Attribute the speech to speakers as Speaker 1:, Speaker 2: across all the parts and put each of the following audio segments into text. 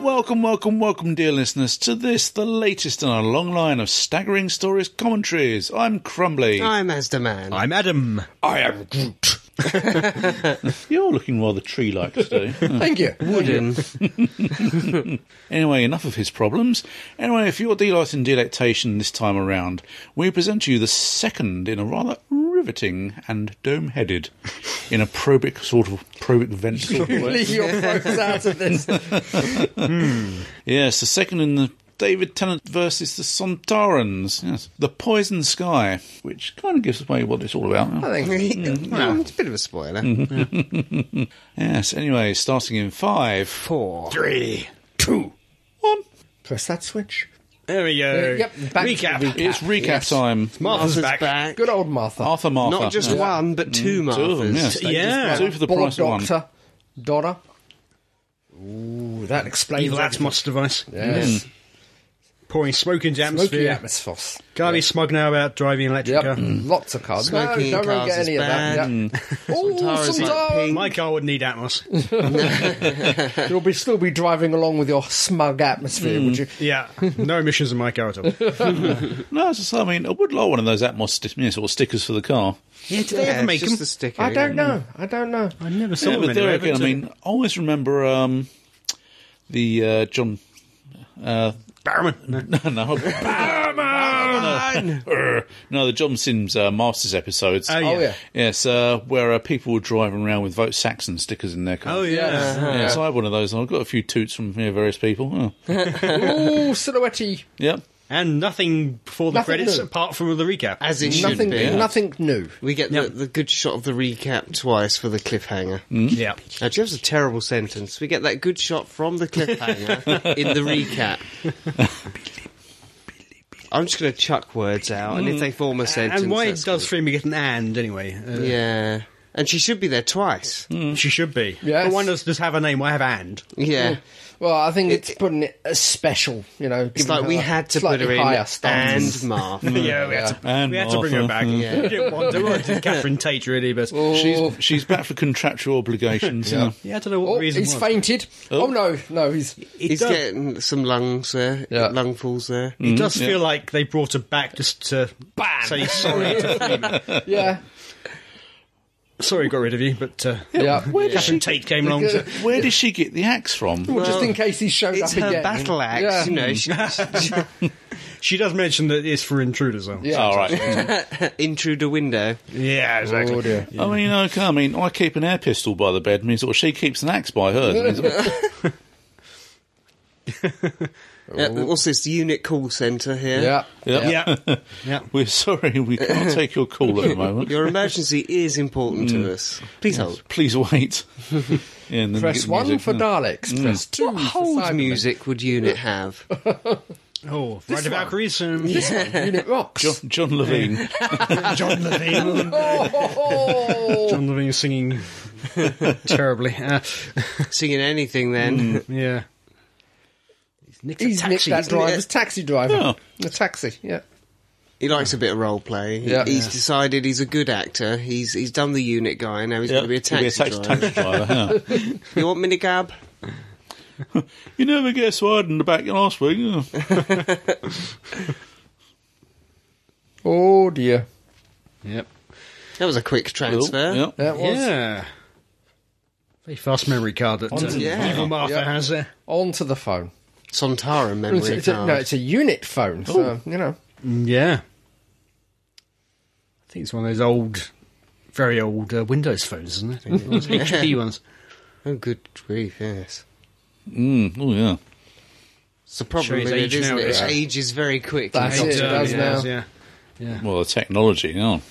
Speaker 1: Welcome, welcome, welcome, dear listeners, to this, the latest in our long line of staggering stories commentaries. I'm Crumbly.
Speaker 2: I'm Asda Man.
Speaker 3: I'm Adam.
Speaker 1: I am Groot. You're looking rather tree like today.
Speaker 3: Thank you.
Speaker 2: Wooden.
Speaker 1: Anyway, enough of his problems. Anyway, for your delight and delectation this time around, we present to you the second in a rather riveting and dome headed, in a probic sort of probic vent sort of way.
Speaker 2: Leave your folks out of this.
Speaker 1: Yes, the second in the David Tennant versus the Sontarans. Yes. The Poison Sky, which kind of gives away what it's all about.
Speaker 2: I think well, it's a bit of a spoiler.
Speaker 1: Yes, anyway, starting in five,
Speaker 2: Four.
Speaker 3: Three.
Speaker 1: two, one.
Speaker 3: Press that switch.
Speaker 2: There we go.
Speaker 3: Yep, back to
Speaker 2: recap.
Speaker 3: the
Speaker 1: It's recap time.
Speaker 2: Martha's
Speaker 3: Martha's
Speaker 2: back.
Speaker 3: Good old Martha.
Speaker 1: Arthur Martha.
Speaker 2: Not just
Speaker 1: Yeah.
Speaker 2: one, but Mm, two
Speaker 1: Two
Speaker 2: Marthas.
Speaker 1: of them, yes. They
Speaker 2: yeah.
Speaker 1: just- Two for the
Speaker 3: Bored
Speaker 1: price of one.
Speaker 3: Doctor Donna. Ooh, that explains
Speaker 4: Evil Atmos device.
Speaker 3: Yes.
Speaker 4: Pouring smoke into
Speaker 3: Smoky
Speaker 4: atmosphere.
Speaker 3: atmosphere.
Speaker 4: Can't be smug now about driving an electric
Speaker 3: Yep,
Speaker 4: car.
Speaker 3: lots of cars.
Speaker 2: Smoking
Speaker 3: no, don't
Speaker 2: cars
Speaker 3: get
Speaker 2: is
Speaker 3: any of that.
Speaker 2: bad.
Speaker 3: Yep. Ooh,
Speaker 2: Sometimes like
Speaker 3: sometimes
Speaker 4: My car would need Atmos.
Speaker 3: you'll be still be driving along with your smug atmosphere,
Speaker 2: Mm.
Speaker 3: would you?
Speaker 4: yeah. No emissions in my car at all.
Speaker 1: No, it's just, I mean, I would like one of those Atmos sti- you know, sort of stickers for the car.
Speaker 4: Yeah, do
Speaker 2: Yeah, it's just the sticker.
Speaker 3: I don't
Speaker 2: yeah.
Speaker 3: know. I don't know.
Speaker 4: I never saw
Speaker 1: Yeah,
Speaker 4: them
Speaker 1: but there
Speaker 4: anywhere.
Speaker 1: again, I mean, I always remember um, the uh, John. Uh,
Speaker 4: Barrowman. Oh,
Speaker 1: no,
Speaker 4: No.
Speaker 1: Err. no, the John Sims uh, Masters episodes.
Speaker 4: Oh, yeah.
Speaker 3: Oh, yeah.
Speaker 1: Yes, uh, where uh, people were driving around with Vote Saxon stickers in their car.
Speaker 4: Oh, yeah.
Speaker 3: Uh-huh.
Speaker 1: Yeah, so I had one of those, and I've got a few toots from you know, various people. Oh.
Speaker 3: Ooh, silhouette.
Speaker 1: yeah.
Speaker 4: And nothing before the
Speaker 3: Nothing
Speaker 4: credits
Speaker 3: new.
Speaker 4: apart from the recap.
Speaker 2: As it should
Speaker 3: Nothing.
Speaker 2: be.
Speaker 1: yeah.
Speaker 3: Nothing new.
Speaker 2: We get the, the good shot of the recap twice for the cliffhanger.
Speaker 3: Mm-hmm.
Speaker 4: yeah.
Speaker 2: Now, Jeff's a terrible sentence. We get that good shot from the cliffhanger in the recap. I'm just going to chuck words out, Mm. and if they form a sentence,
Speaker 4: And why
Speaker 2: that's
Speaker 4: does Freeman get an and anyway? Uh,
Speaker 2: good. yeah? And she should be there twice.
Speaker 4: She should be.
Speaker 3: Mm-hmm. Yes.
Speaker 4: But One does, does have a name. I have and.
Speaker 2: Yeah,
Speaker 3: Well, I think
Speaker 2: It-
Speaker 3: it's putting it as special, you know.
Speaker 2: it's like we had to put her in and Martha.
Speaker 3: Mm-hmm.
Speaker 4: Yeah, we had to,
Speaker 1: And
Speaker 4: we had to bring her
Speaker 1: Martha.
Speaker 4: back.
Speaker 2: Yeah.
Speaker 4: We didn't want to. We wanted Catherine Tate, really, but.
Speaker 1: She's, she's back for contractual obligations. yeah.
Speaker 4: Yeah, I don't know what
Speaker 3: Oh,
Speaker 4: the reason
Speaker 3: he's
Speaker 4: was.
Speaker 3: fainted. Oh. no, no, he's
Speaker 4: It
Speaker 2: He's
Speaker 4: does-
Speaker 2: getting some lungs there,
Speaker 3: Yeah.
Speaker 2: lungfuls there.
Speaker 4: It does
Speaker 1: yeah.
Speaker 4: feel like they brought her back just to
Speaker 3: Bam!
Speaker 4: say sorry. to Freeman.
Speaker 3: yeah,
Speaker 4: sorry, got rid of you, but uh,
Speaker 3: yeah.
Speaker 1: Where does
Speaker 4: Catherine
Speaker 1: she?
Speaker 4: Tate came along. To,
Speaker 1: Where does she get the axe from?
Speaker 3: Well, just in case he showed
Speaker 2: It's
Speaker 3: up
Speaker 2: her
Speaker 3: again.
Speaker 2: battle axe,
Speaker 3: Yeah.
Speaker 2: you know. She, she,
Speaker 4: she does mention that it's for intruders, though.
Speaker 3: Yeah.
Speaker 1: All right.
Speaker 2: intruder window.
Speaker 4: yeah, exactly.
Speaker 3: Oh dear.
Speaker 1: I mean, okay, I mean, I keep an air pistol by the bed, means or she keeps an axe by hers. means-
Speaker 2: Uh, what's this unit call centre here?
Speaker 3: Yeah.
Speaker 1: yeah.
Speaker 4: Yeah, yeah.
Speaker 1: We're sorry, we can't take your call at the moment.
Speaker 2: Your emergency is important
Speaker 3: Mm.
Speaker 2: to us. Please hold.
Speaker 1: Please wait. Yeah, and then get
Speaker 3: Press
Speaker 1: the
Speaker 3: one
Speaker 1: music.
Speaker 3: for Daleks. Press two
Speaker 2: What
Speaker 3: for
Speaker 2: hold
Speaker 3: Cybermen.
Speaker 2: music would unit have?
Speaker 4: Oh, right
Speaker 3: one.
Speaker 4: about Greece and
Speaker 3: Unit rocks.
Speaker 1: John, John Levine.
Speaker 4: John Levine.
Speaker 3: Oh, ho, ho.
Speaker 4: John Levine singing terribly. Uh,
Speaker 2: Singing anything then?
Speaker 3: Mm.
Speaker 4: yeah. Nick's
Speaker 3: He's nicked that
Speaker 2: he?
Speaker 3: driver's taxi driver.
Speaker 1: Yeah.
Speaker 3: The taxi. Yeah.
Speaker 2: He likes a bit of role play. He-
Speaker 3: Yeah.
Speaker 2: he's
Speaker 3: Yeah.
Speaker 2: decided he's a good actor. He's he's done the unit guy. Now he's
Speaker 1: Yeah,
Speaker 2: going to be a
Speaker 1: he'll
Speaker 2: taxi
Speaker 1: tax-
Speaker 2: driver.
Speaker 1: taxi driver, yeah.
Speaker 2: you want minicab?
Speaker 1: You never guess what I had in the back last week. yeah.
Speaker 3: Oh dear.
Speaker 4: Yep.
Speaker 2: That was a quick transfer.
Speaker 1: Yeah.
Speaker 3: That was
Speaker 4: Yeah. Very fast memory card that uh,
Speaker 2: Yeah.
Speaker 4: Evil Martha
Speaker 3: Yeah.
Speaker 4: has there.
Speaker 3: onto the phone.
Speaker 2: Sontaran memory
Speaker 3: It's, it's a,
Speaker 2: card.
Speaker 3: no, it's a unit phone. So you know.
Speaker 4: Yeah. I think it's one of those old, very old uh, Windows phones, isn't it? Those HP ones.
Speaker 2: oh, good grief! Yes.
Speaker 1: Mm, oh, yeah.
Speaker 2: It's the problem
Speaker 4: Sure, his
Speaker 2: with it,
Speaker 4: age
Speaker 2: isn't
Speaker 4: now,
Speaker 2: it?
Speaker 4: yeah.
Speaker 2: It ages very quickly.
Speaker 3: That's it, it does
Speaker 4: yeah,
Speaker 3: now.
Speaker 4: Yeah.
Speaker 1: Well, the technology, yeah.
Speaker 3: It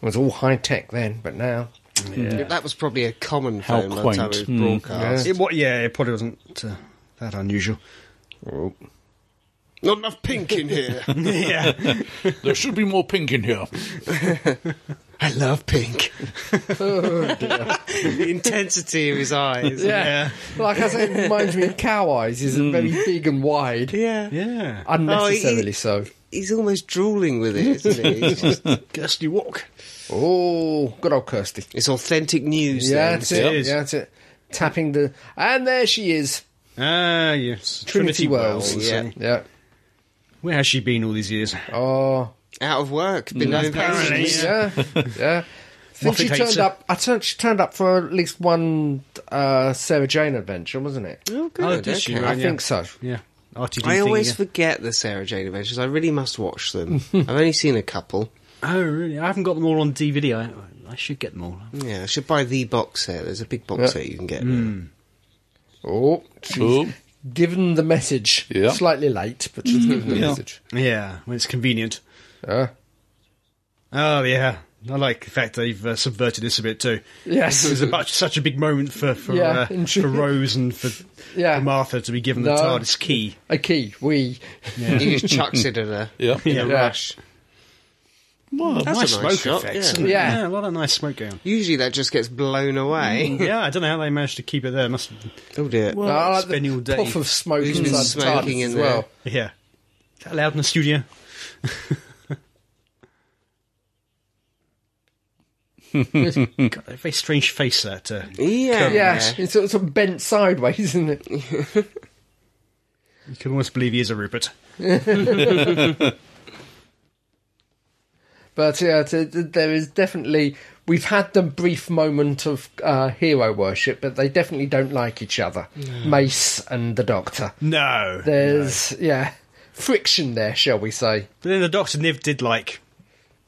Speaker 3: was all high tech then, but now.
Speaker 2: That was probably a common
Speaker 1: How
Speaker 2: phone by the time
Speaker 1: quaint.
Speaker 2: it was
Speaker 1: Hmm.
Speaker 2: broadcast.
Speaker 4: It, wa yeah, it probably wasn't uh, that unusual.
Speaker 2: Not enough pink in here.
Speaker 4: yeah.
Speaker 1: There should be more pink in here.
Speaker 2: I love pink. the intensity of his eyes.
Speaker 4: Yeah.
Speaker 3: Like I say, it reminds me of cow eyes. He's very big and wide.
Speaker 2: Yeah.
Speaker 4: Yeah.
Speaker 3: Unnecessarily
Speaker 2: Oh, he-
Speaker 3: so.
Speaker 2: He's almost drooling with it, isn't he? It's, just-
Speaker 4: Kirsty Walk.
Speaker 3: Oh, good old Kirsty.
Speaker 2: it's authentic news.
Speaker 3: Yeah,
Speaker 2: then.
Speaker 3: that's it.
Speaker 4: is.
Speaker 3: Yeah, that's it. tapping the. And there she is.
Speaker 4: Ah, yes.
Speaker 3: Trinity, Wells.
Speaker 4: Wells,
Speaker 2: yeah.
Speaker 4: eh?
Speaker 3: Yeah.
Speaker 4: Where has she been all these years?
Speaker 3: Oh.
Speaker 2: Out of work, been no
Speaker 4: apparently.
Speaker 2: pensions.
Speaker 3: Yeah. Yeah. I think
Speaker 4: Moffat
Speaker 3: she
Speaker 4: hates
Speaker 3: turned
Speaker 4: her.
Speaker 3: up. I turned. She turned up for at least one uh, Sarah Jane adventure, wasn't it?
Speaker 2: Oh, good.
Speaker 4: Oh, did she?
Speaker 2: okay.
Speaker 4: Right,
Speaker 3: I
Speaker 4: yeah.
Speaker 3: think so.
Speaker 4: Yeah. RTD
Speaker 2: I
Speaker 4: thing
Speaker 2: always
Speaker 4: again.
Speaker 2: forget the Sarah Jane Adventures. I really must watch them. I've only seen a couple.
Speaker 4: Oh, really? I haven't got them all on DVD. I, I should get them all.
Speaker 2: Yeah, I should buy the box set. There's a big box
Speaker 3: Yeah.
Speaker 2: set you can get.
Speaker 3: Oh, she's
Speaker 1: Ooh.
Speaker 3: given the message.
Speaker 1: Yeah.
Speaker 3: Slightly late, but she's given the
Speaker 1: Yeah.
Speaker 3: message. Uh,
Speaker 4: Yeah, when it's convenient.
Speaker 3: Yeah.
Speaker 4: Oh, yeah. I like the fact they've uh, subverted this a bit too.
Speaker 3: Yes.
Speaker 4: it was a much, such a big moment for for,
Speaker 3: Yeah,
Speaker 4: uh,
Speaker 3: and she-
Speaker 4: for Rose and for,
Speaker 3: Yeah.
Speaker 4: for Martha to be given
Speaker 3: No.
Speaker 4: the TARDIS key.
Speaker 3: A key. We.
Speaker 2: He just chucks it at her.
Speaker 1: Yeah.
Speaker 2: In a
Speaker 3: Yeah.
Speaker 2: rush.
Speaker 1: Well,
Speaker 2: That's
Speaker 4: nice
Speaker 2: a nice
Speaker 4: smoke
Speaker 2: shot,
Speaker 4: effects.
Speaker 2: yeah.
Speaker 4: isn't it?
Speaker 3: Yeah.
Speaker 4: a lot of nice smoke going on.
Speaker 2: Usually that just gets blown away.
Speaker 4: Yeah, I don't know how they managed to keep it there. Must
Speaker 2: oh dear.
Speaker 3: No, I like
Speaker 4: spend
Speaker 3: Uh, the
Speaker 4: your day-
Speaker 3: puff of smoke
Speaker 2: Who's been
Speaker 3: inside the
Speaker 2: smoking
Speaker 3: TARDIS
Speaker 2: in
Speaker 3: as
Speaker 2: there?
Speaker 3: well.
Speaker 4: yeah. Is that allowed in the studio? God, a very strange face that. Uh,
Speaker 2: Yeah.
Speaker 3: Yeah, it's sort of- sort of bent sideways, isn't it?
Speaker 4: you can almost believe he is a Rupert.
Speaker 3: But yeah, t- t- there is definitely we've had the brief moment of uh, hero worship, but they definitely don't like each other. Mace and the Doctor.
Speaker 4: No,
Speaker 3: There's yeah friction there, shall we say?
Speaker 4: But then the Doctor Niv did like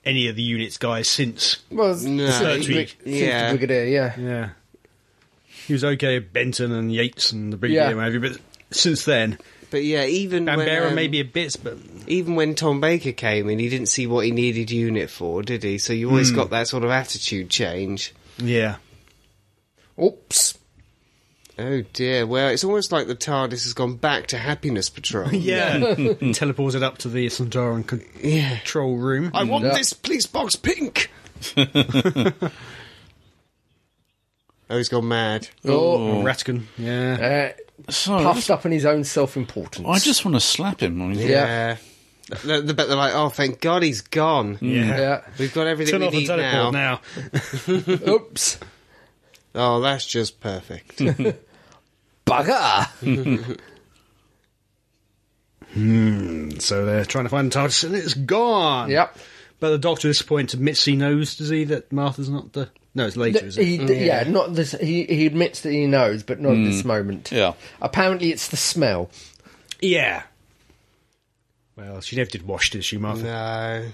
Speaker 4: any of the units guys since.
Speaker 3: Well,
Speaker 2: No.
Speaker 3: since the
Speaker 4: Thirty.
Speaker 3: brig- since
Speaker 2: Yeah.
Speaker 3: the Brigadier, yeah,
Speaker 4: Yeah. He was okay with Benton and Yates and the Brigadier
Speaker 3: Yeah.
Speaker 4: and what have you, but since then,
Speaker 2: But yeah, even when,
Speaker 4: Bambera
Speaker 2: um,
Speaker 4: maybe a bit, but
Speaker 2: even when Tom Baker came in, he didn't see what he needed unit for, did he? So you always got that sort of attitude change.
Speaker 4: yeah.
Speaker 3: Oops.
Speaker 2: Oh dear. Well, it's almost like the TARDIS has gone back to Happiness Patrol.
Speaker 4: Yeah. and teleported up to the Centauran con-
Speaker 2: Yeah. Hmm.
Speaker 4: control room.
Speaker 2: I want
Speaker 3: Yeah.
Speaker 2: this police box pink. oh, he's gone mad.
Speaker 3: Oh,
Speaker 4: Or Ratkin. Yeah.
Speaker 3: uh,
Speaker 1: so I
Speaker 3: puffed
Speaker 1: just-
Speaker 3: up in his own self-importance.
Speaker 1: I just want to slap him. I mean,
Speaker 2: Yeah. The- the- But they're like, oh, thank God he's gone.
Speaker 3: yeah.
Speaker 2: We've got everything
Speaker 4: Turn
Speaker 2: we
Speaker 4: off the
Speaker 2: need now.
Speaker 4: teleport now.
Speaker 3: Oops.
Speaker 2: Oh, that's just perfect.
Speaker 3: Bugger.
Speaker 4: So they're trying to find the TARDIS and it's gone.
Speaker 3: Yep.
Speaker 4: But the Doctor at this point admits he knows, does he, that Martha's not the... No, it's later, is it?
Speaker 3: He, Mm, yeah. not this. He, he admits that he knows, but not at this moment.
Speaker 1: Yeah.
Speaker 3: Apparently, it's the smell.
Speaker 4: Yeah. Well, she never did wash, did she, Martha?
Speaker 2: no.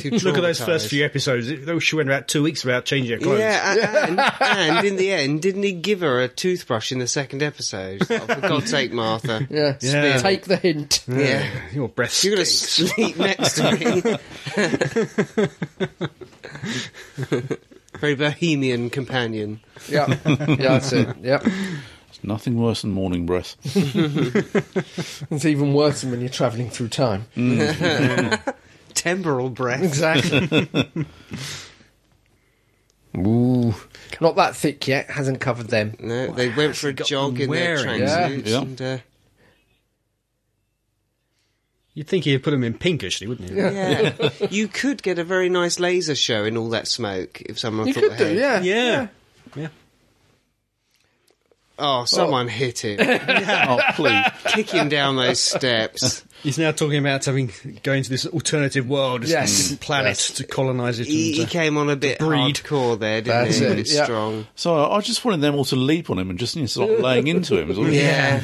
Speaker 2: Too
Speaker 4: Look at those first
Speaker 2: traumatised.
Speaker 4: few episodes. It- though She went about two weeks without changing her clothes.
Speaker 2: Yeah, a- and, and in the end, didn't he give her a toothbrush in the second episode? Oh, for God's sake, Martha.
Speaker 3: Yeah.
Speaker 4: Yeah.
Speaker 3: Take the hint.
Speaker 2: Yeah.
Speaker 4: Your breath
Speaker 2: You're going to
Speaker 4: stinks.
Speaker 2: sleep next to me. Very bohemian companion.
Speaker 3: Yeah. yeah, that's it. Yep.
Speaker 1: There's nothing worse than morning breath.
Speaker 3: It's even worse than when you're travelling through time.
Speaker 2: Temporal breath.
Speaker 3: Exactly. Ooh. Not that thick yet, hasn't covered them.
Speaker 2: No, they went for a
Speaker 4: got
Speaker 2: jog
Speaker 4: them
Speaker 2: in their
Speaker 4: wearing?
Speaker 2: tracksuits.
Speaker 1: Yeah.
Speaker 2: And, uh,
Speaker 4: You'd think he'd put him in pink, actually, wouldn't you?
Speaker 2: yeah. you could get a very nice laser show in all that smoke if someone
Speaker 3: You
Speaker 2: thought
Speaker 3: could do,
Speaker 2: ahead.
Speaker 3: yeah.
Speaker 4: Yeah. Yeah.
Speaker 2: Oh, someone hit him.
Speaker 1: oh, please.
Speaker 2: Kick him down those steps.
Speaker 4: He's now talking about having going to this alternative world, this
Speaker 3: Yes.
Speaker 4: planet
Speaker 3: Yes.
Speaker 4: to colonize it.
Speaker 2: He, he
Speaker 4: and, uh,
Speaker 2: came on a bit
Speaker 4: breed.
Speaker 2: hardcore there, didn't
Speaker 3: That's
Speaker 2: he?
Speaker 3: it,
Speaker 2: A bit
Speaker 3: yeah.
Speaker 2: strong.
Speaker 1: So I just wanted them all to leap on him and just you know, start laying into him. is all.
Speaker 2: Yeah.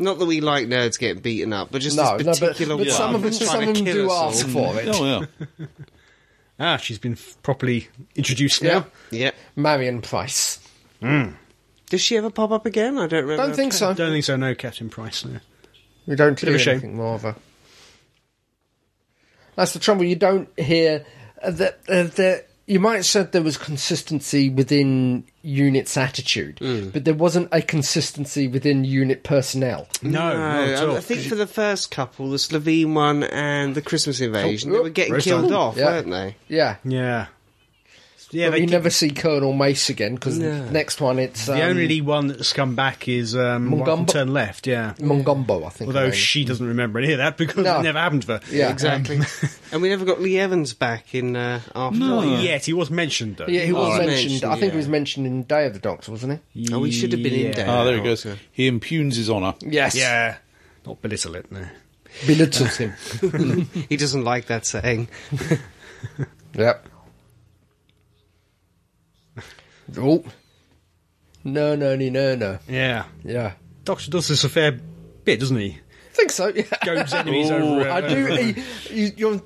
Speaker 2: Not that we like nerds getting beaten up, but just
Speaker 3: No, no,
Speaker 2: this
Speaker 3: but,
Speaker 2: particular
Speaker 3: but
Speaker 2: one
Speaker 3: some of them,
Speaker 2: that's trying
Speaker 3: some
Speaker 2: to
Speaker 3: of them
Speaker 2: kill
Speaker 3: do
Speaker 2: us all.
Speaker 3: ask for it.
Speaker 1: Oh, yeah.
Speaker 4: ah, she's been f- properly introduced
Speaker 3: Yeah.
Speaker 4: now.
Speaker 2: Yeah.
Speaker 3: Marion Price.
Speaker 2: Does she ever pop up again? I don't remember.
Speaker 3: Don't think so.
Speaker 4: Don't think so, no, Captain Price. No.
Speaker 3: We don't
Speaker 4: of
Speaker 3: hear
Speaker 4: a shame.
Speaker 3: anything more of her. That's the trouble. You don't hear uh, that. Uh, that you might have said there was consistency within unit's attitude,
Speaker 4: Hmm.
Speaker 3: but there wasn't a consistency within unit personnel.
Speaker 4: No, not at
Speaker 2: No,
Speaker 4: all.
Speaker 2: I think for the first couple, the Slovene one and the Christmas invasion, they were getting
Speaker 4: Rosa.
Speaker 2: killed off,
Speaker 3: Yeah.
Speaker 2: weren't they?
Speaker 3: Yeah,
Speaker 4: Yeah.
Speaker 3: Yeah,
Speaker 4: Yeah,
Speaker 3: but
Speaker 4: they
Speaker 3: you
Speaker 4: keep-
Speaker 3: never see Colonel Mace again because
Speaker 2: No.
Speaker 3: the next one it's um,
Speaker 4: the only one that's come back is um, one
Speaker 3: Mongombo-
Speaker 4: from turn left. Yeah,
Speaker 3: Mongombo, I think. her
Speaker 4: although
Speaker 3: name.
Speaker 4: she doesn't remember any of that because
Speaker 3: No.
Speaker 4: it never happened to her.
Speaker 3: Yeah.
Speaker 2: exactly. and we never got Lee Evans back in uh, after.
Speaker 4: Not yet. He was mentioned though.
Speaker 3: yeah, he was
Speaker 2: was
Speaker 3: mentioned.
Speaker 2: mentioned,
Speaker 3: I think he was
Speaker 2: yeah.
Speaker 3: mentioned in Day of the Doctor, wasn't he?
Speaker 2: Oh, he should have been in
Speaker 4: Yeah.
Speaker 2: there.
Speaker 1: Ah, there he goes.
Speaker 2: Doctor.
Speaker 1: He impugns his honour.
Speaker 3: Yes.
Speaker 4: Yeah, not belittle it. No.
Speaker 3: Belittles him.
Speaker 2: He doesn't like that saying.
Speaker 3: Yep. Oh. No, no, no, no, no.
Speaker 4: Yeah,
Speaker 3: Yeah.
Speaker 4: Doctor does this a fair bit, doesn't he?
Speaker 3: I think so, yeah.
Speaker 4: Goes enemies
Speaker 1: Ooh,
Speaker 4: over.
Speaker 3: I do. you- you, you're,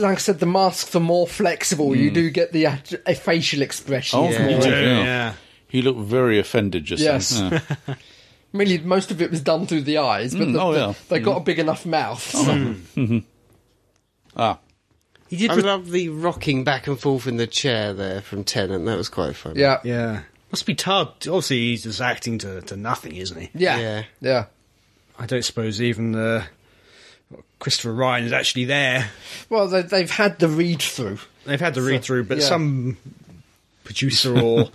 Speaker 3: like I said, the masks are more flexible. You do get the act- a facial expression.
Speaker 1: Oh,
Speaker 3: more.
Speaker 1: you do,
Speaker 4: Yeah.
Speaker 1: yeah. He looked very offended just
Speaker 3: Yes.
Speaker 1: then. Yeah.
Speaker 3: Really, most of it was done through the eyes, but
Speaker 1: Mm,
Speaker 3: the,
Speaker 1: oh,
Speaker 3: the-
Speaker 1: yeah.
Speaker 3: they got a big enough mouth.
Speaker 1: Ah,
Speaker 4: He did.
Speaker 2: I
Speaker 4: re-
Speaker 2: love the rocking back and forth in the chair there from Tennant. That was quite fun.
Speaker 3: Yeah. yeah.
Speaker 4: yeah, must be tired. Obviously, he's just acting to, to nothing, isn't he?
Speaker 3: Yeah.
Speaker 2: Yeah.
Speaker 4: I don't suppose even uh, Christopher Ryan is actually there.
Speaker 3: Well, they, they've had the read through.
Speaker 4: They've had the read through, but
Speaker 3: yeah.
Speaker 4: some producer or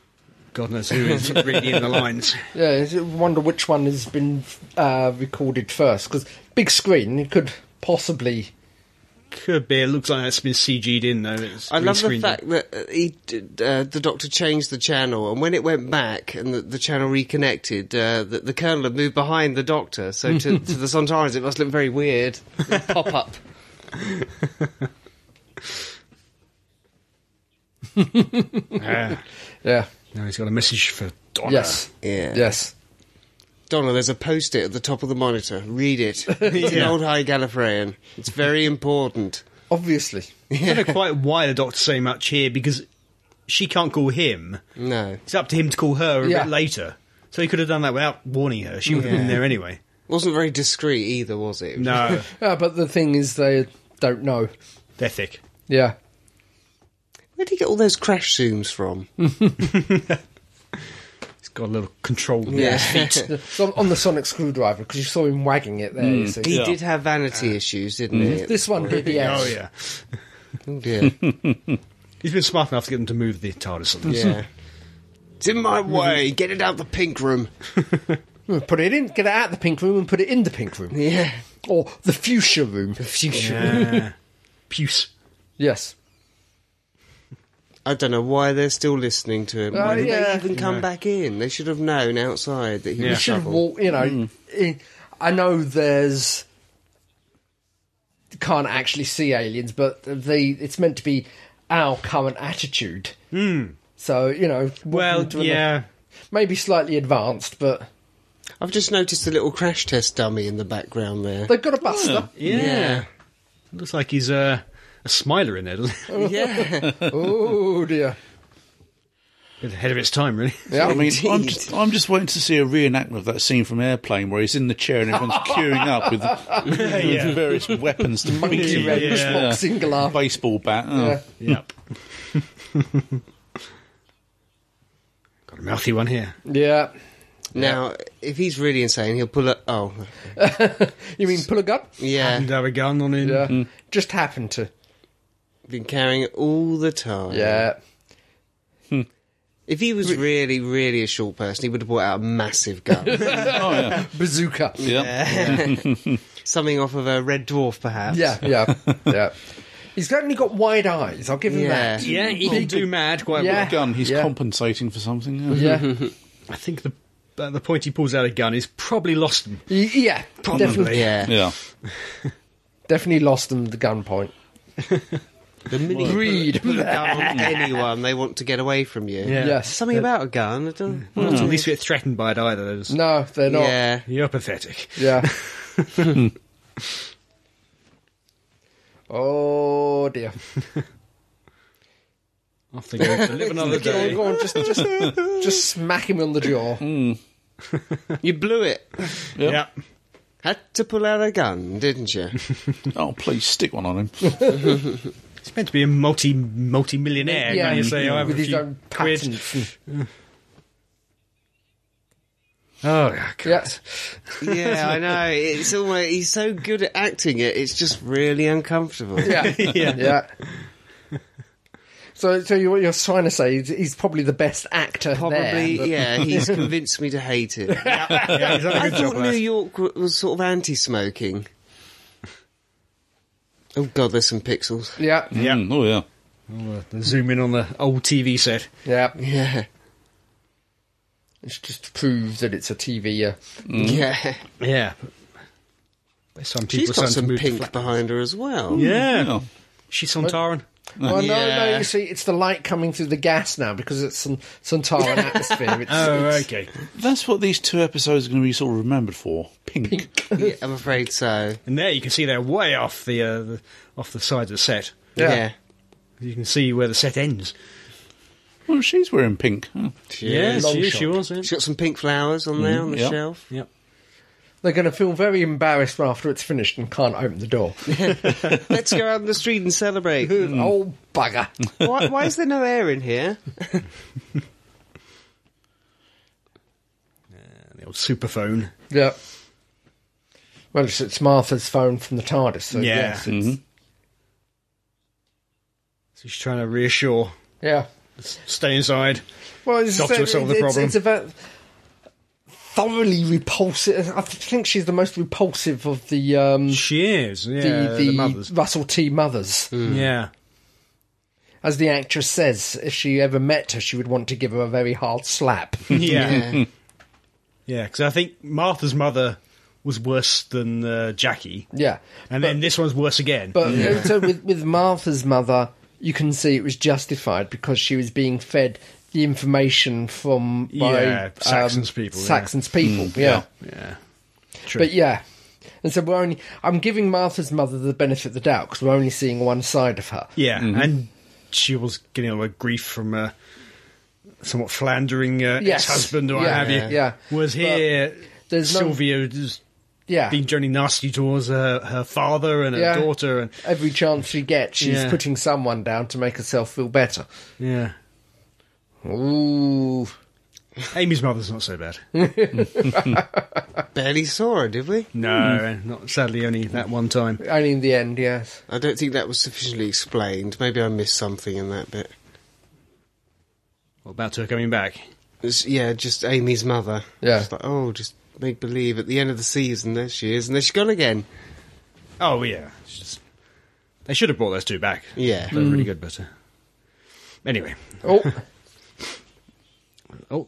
Speaker 4: God knows who is really in the lines.
Speaker 3: Yeah, I wonder which one has been uh, recorded first because big screen it could possibly.
Speaker 4: Could be. It looks like it's been CG'd in though. It's
Speaker 2: I love the
Speaker 4: green-screened.
Speaker 2: fact that uh, he, did- uh, the Doctor changed the channel, and when it went back and the, the channel reconnected, uh, the, the Colonel had moved behind the Doctor. So to, to the Sontarans, it must look very weird. Pop up.
Speaker 4: Ah,
Speaker 3: Yeah.
Speaker 4: now he's got a message for Donna.
Speaker 3: Yes.
Speaker 2: Yeah.
Speaker 3: Yes.
Speaker 2: Donna, there's a post-it at the top of the monitor. Read it. It's an old High Gallifreyan. It's very important.
Speaker 3: Obviously.
Speaker 4: I don't know quite why the doctor's saying much here because she can't call him.
Speaker 2: No.
Speaker 4: It's up to him to call her a
Speaker 3: Yeah.
Speaker 4: bit later. So he could have done that without warning her. She would have been there anyway.
Speaker 2: Wasn't very discreet either, was it?
Speaker 4: No,
Speaker 3: Yeah, but the thing is, they don't know.
Speaker 4: they're thick.
Speaker 3: Yeah.
Speaker 2: Where did he get all those crash zooms from?
Speaker 4: He's got a little control.
Speaker 2: Yeah.
Speaker 3: So on the sonic screwdriver because you saw him wagging it there. You see.
Speaker 2: he did have vanity issues, didn't he?
Speaker 3: Uh, mm-hmm. This one did,
Speaker 4: Hmm. Oh
Speaker 3: yes.
Speaker 4: yeah.
Speaker 2: Oh dear.
Speaker 4: He's been smart enough to get them to move the TARDIS. on this.
Speaker 2: yeah. It's in my
Speaker 3: Mm-hmm.
Speaker 2: way. Get it out the pink room.
Speaker 3: Hmm, Put it in, get it out of the pink room and put it in the pink room.
Speaker 2: Yeah.
Speaker 3: Or the fuchsia room.
Speaker 2: Future.
Speaker 4: Yeah. Puce.
Speaker 3: Yes.
Speaker 2: I don't know why they're still listening to him.
Speaker 3: Oh,
Speaker 2: Why did they
Speaker 3: yeah.
Speaker 2: even come back in? They should have known outside that he
Speaker 3: You
Speaker 4: Yeah. Hmm.
Speaker 2: was
Speaker 3: should have
Speaker 2: trouble.
Speaker 3: walked, you know. eh, I know there's. Can't actually see aliens, but they it's meant to be our current attitude. So, you know. walking
Speaker 4: Hmm. Well,
Speaker 3: into an-
Speaker 4: yeah.
Speaker 3: maybe slightly advanced, but
Speaker 2: I've just noticed a little crash test dummy in the background there.
Speaker 3: they've got a buster.
Speaker 4: yeah, Looks like he's uh, a smiler in there, doesn't it?
Speaker 2: Hmm. yeah.
Speaker 3: Oh, dear.
Speaker 4: Ahead of its time, really.
Speaker 3: Yeah.
Speaker 1: I mean, I'm
Speaker 2: Indeed.
Speaker 1: just, I'm just waiting to see a reenactment of that scene from Airplane where he's in the chair and everyone's queuing up with, with
Speaker 4: Yeah.
Speaker 1: various weapons to
Speaker 3: monkey
Speaker 1: beat
Speaker 3: wrench,
Speaker 1: him.
Speaker 4: yeah.
Speaker 3: boxing glove.
Speaker 1: baseball bat. Oh.
Speaker 3: Yeah.
Speaker 4: Yep. Got a mouthy one here.
Speaker 3: Yeah.
Speaker 2: now, if he's really insane, he'll pull a. Oh,
Speaker 3: You mean pull a gun?
Speaker 2: yeah.
Speaker 4: And
Speaker 3: uh,
Speaker 4: have a gun on him.
Speaker 3: Yeah. Just happened to.
Speaker 2: Been carrying it all the time.
Speaker 3: Yeah.
Speaker 2: If he was really, really a short person, he would have brought out a massive gun.
Speaker 1: Oh, yeah.
Speaker 3: Bazooka.
Speaker 1: Yeah.
Speaker 2: Something off of a red dwarf, perhaps.
Speaker 3: Yeah, yeah, yeah. He's certainly got wide eyes. I'll give him
Speaker 2: Yeah.
Speaker 3: that.
Speaker 4: Yeah, he can do mad quite
Speaker 3: Yeah.
Speaker 4: well.
Speaker 1: With a gun, he's
Speaker 3: Yeah.
Speaker 1: compensating for something. Yeah.
Speaker 3: Yeah,
Speaker 2: Mm-hmm.
Speaker 4: I think the at the point he pulls out a gun, he's probably lost him.
Speaker 3: Y- yeah.
Speaker 4: Probably.
Speaker 3: Definitely,
Speaker 2: Yeah.
Speaker 1: Yeah.
Speaker 3: definitely lost them the gunpoint.
Speaker 2: The minute you
Speaker 3: Greed.
Speaker 2: put a gun on anyone, they want to get away from you.
Speaker 4: Yeah.
Speaker 3: Yes.
Speaker 2: Something about a gun. I don't
Speaker 4: Not at least get threatened by it either. Those.
Speaker 3: No, they're not. Yeah.
Speaker 2: Yeah.
Speaker 4: You're pathetic.
Speaker 3: oh dear.
Speaker 4: Off they go to live another
Speaker 3: Go on,
Speaker 4: day.
Speaker 3: go on, just, just, just smack him on the jaw.
Speaker 2: You blew it.
Speaker 4: Yeah.
Speaker 2: Had to pull out a gun, didn't you?
Speaker 1: Oh, please stick one on him.
Speaker 4: It's meant to be a multi multi millionaire.
Speaker 3: Yeah.
Speaker 4: Can you say I have
Speaker 3: With
Speaker 4: a
Speaker 3: his
Speaker 4: few
Speaker 3: own
Speaker 4: quid.
Speaker 3: patents. and-
Speaker 4: Oh God.
Speaker 3: Yeah.
Speaker 2: yeah, I know. It's almost he's so good at acting it. It's just really uncomfortable.
Speaker 3: Yeah.
Speaker 4: yeah.
Speaker 3: yeah. So, so you, what you're trying to say is he's probably the best actor.
Speaker 2: Probably,
Speaker 3: there, but-
Speaker 2: yeah, he's convinced me to hate it. I thought New York w- was sort of anti smoking. Oh, God, there's some pixels.
Speaker 3: yeah,
Speaker 1: Yeah. oh, yeah.
Speaker 4: Zoom in on the old TV set.
Speaker 3: yeah.
Speaker 2: Yeah.
Speaker 3: It's just to prove that it's a uh, TV. Yeah.
Speaker 2: Yeah.
Speaker 4: Yeah. But some people
Speaker 2: She's got
Speaker 4: starting to
Speaker 2: some
Speaker 4: move to
Speaker 2: pink
Speaker 4: flat-
Speaker 2: behind her as well.
Speaker 4: Yeah.
Speaker 1: Yeah.
Speaker 4: She's Santaran.
Speaker 3: Well, no, no.
Speaker 2: Yeah.
Speaker 3: You see, it's the light coming through the gas now because it's some Santaran atmosphere. It's,
Speaker 4: Oh,
Speaker 3: it's-
Speaker 4: okay.
Speaker 1: That's what these two episodes are going to be sort of remembered for. Pink.
Speaker 2: Yeah, I'm afraid so.
Speaker 4: And there you can see they're way off the, uh, the off the side of the set.
Speaker 3: Yeah.
Speaker 2: Yeah.
Speaker 4: You can see where the set ends.
Speaker 1: Oh, she's wearing pink. Oh.
Speaker 4: Yeah,
Speaker 3: Long
Speaker 4: she,
Speaker 3: shot.
Speaker 4: she was. Yeah.
Speaker 2: She's got some pink flowers on there on the
Speaker 1: yeah.
Speaker 2: shelf.
Speaker 4: Yep.
Speaker 3: They're going to feel very embarrassed after it's finished and can't open the door.
Speaker 2: Let's go out in the street and celebrate.
Speaker 3: Oh bugger!
Speaker 2: why, why is there no air in here?
Speaker 4: The old superphone.
Speaker 3: yeah. Well, it's, it's Martha's phone from the TARDIS. So
Speaker 4: Yeah.
Speaker 3: yes, it's-
Speaker 4: So she's trying to reassure.
Speaker 3: yeah.
Speaker 4: Stay inside.
Speaker 3: Well, it's,
Speaker 4: Doctor
Speaker 3: it's,
Speaker 4: solved the
Speaker 3: it's-
Speaker 4: problem.
Speaker 3: It's about thoroughly repulsive. I think she's the most repulsive of the um,
Speaker 4: She is. Yeah.
Speaker 3: the,
Speaker 4: The,
Speaker 3: the,
Speaker 4: mothers. Mm.
Speaker 3: Russell T. Mothers,
Speaker 4: Yeah.
Speaker 3: as the actress says. If she ever met her, she would want to give her a very hard slap.
Speaker 4: Yeah. yeah. Because I think Martha's mother was worse than uh, Jackie.
Speaker 3: yeah,
Speaker 4: And then this one's worse again.
Speaker 3: but uh, so with with Martha's mother, you can see it was justified because she was being fed the information from by,
Speaker 4: Yeah,
Speaker 3: um,
Speaker 4: Saxon's people, yeah. Mm,
Speaker 3: Saxon's people, yeah.
Speaker 4: yeah.
Speaker 3: But yeah. And so we're only. I'm giving Martha's mother the benefit of the doubt because we're only seeing one side of her.
Speaker 4: Yeah, and she was getting a lot of grief from a somewhat flandering uh,
Speaker 3: Yes.
Speaker 4: ex-husband or what
Speaker 3: Yeah,
Speaker 4: have you.
Speaker 3: yeah.
Speaker 4: Was
Speaker 3: But
Speaker 4: here
Speaker 3: there's no-
Speaker 4: Sylvia just
Speaker 3: Yeah.
Speaker 4: being generally nasty towards her, her father and her
Speaker 3: Yeah.
Speaker 4: daughter and
Speaker 3: Every chance she gets, she's
Speaker 4: Yeah.
Speaker 3: putting someone down to make herself feel better.
Speaker 4: yeah.
Speaker 3: Ooh.
Speaker 4: Amy's mother's not so bad.
Speaker 3: Hmm.
Speaker 2: Barely saw her, did we?
Speaker 4: No, uh, not sadly only that one time.
Speaker 3: Only in the end, yes.
Speaker 2: I don't think that was sufficiently explained. Maybe I missed something in that bit.
Speaker 4: What about her coming back?
Speaker 2: It's- yeah, just Amy's mother.
Speaker 3: Yeah.
Speaker 2: Just like, oh, just make believe at the end of the season, there she is, and there she's gone again.
Speaker 4: Oh yeah, It's just- they should have brought those two back.
Speaker 2: Yeah.
Speaker 4: They're really good, but uh, anyway.
Speaker 3: Oh,
Speaker 4: Oh,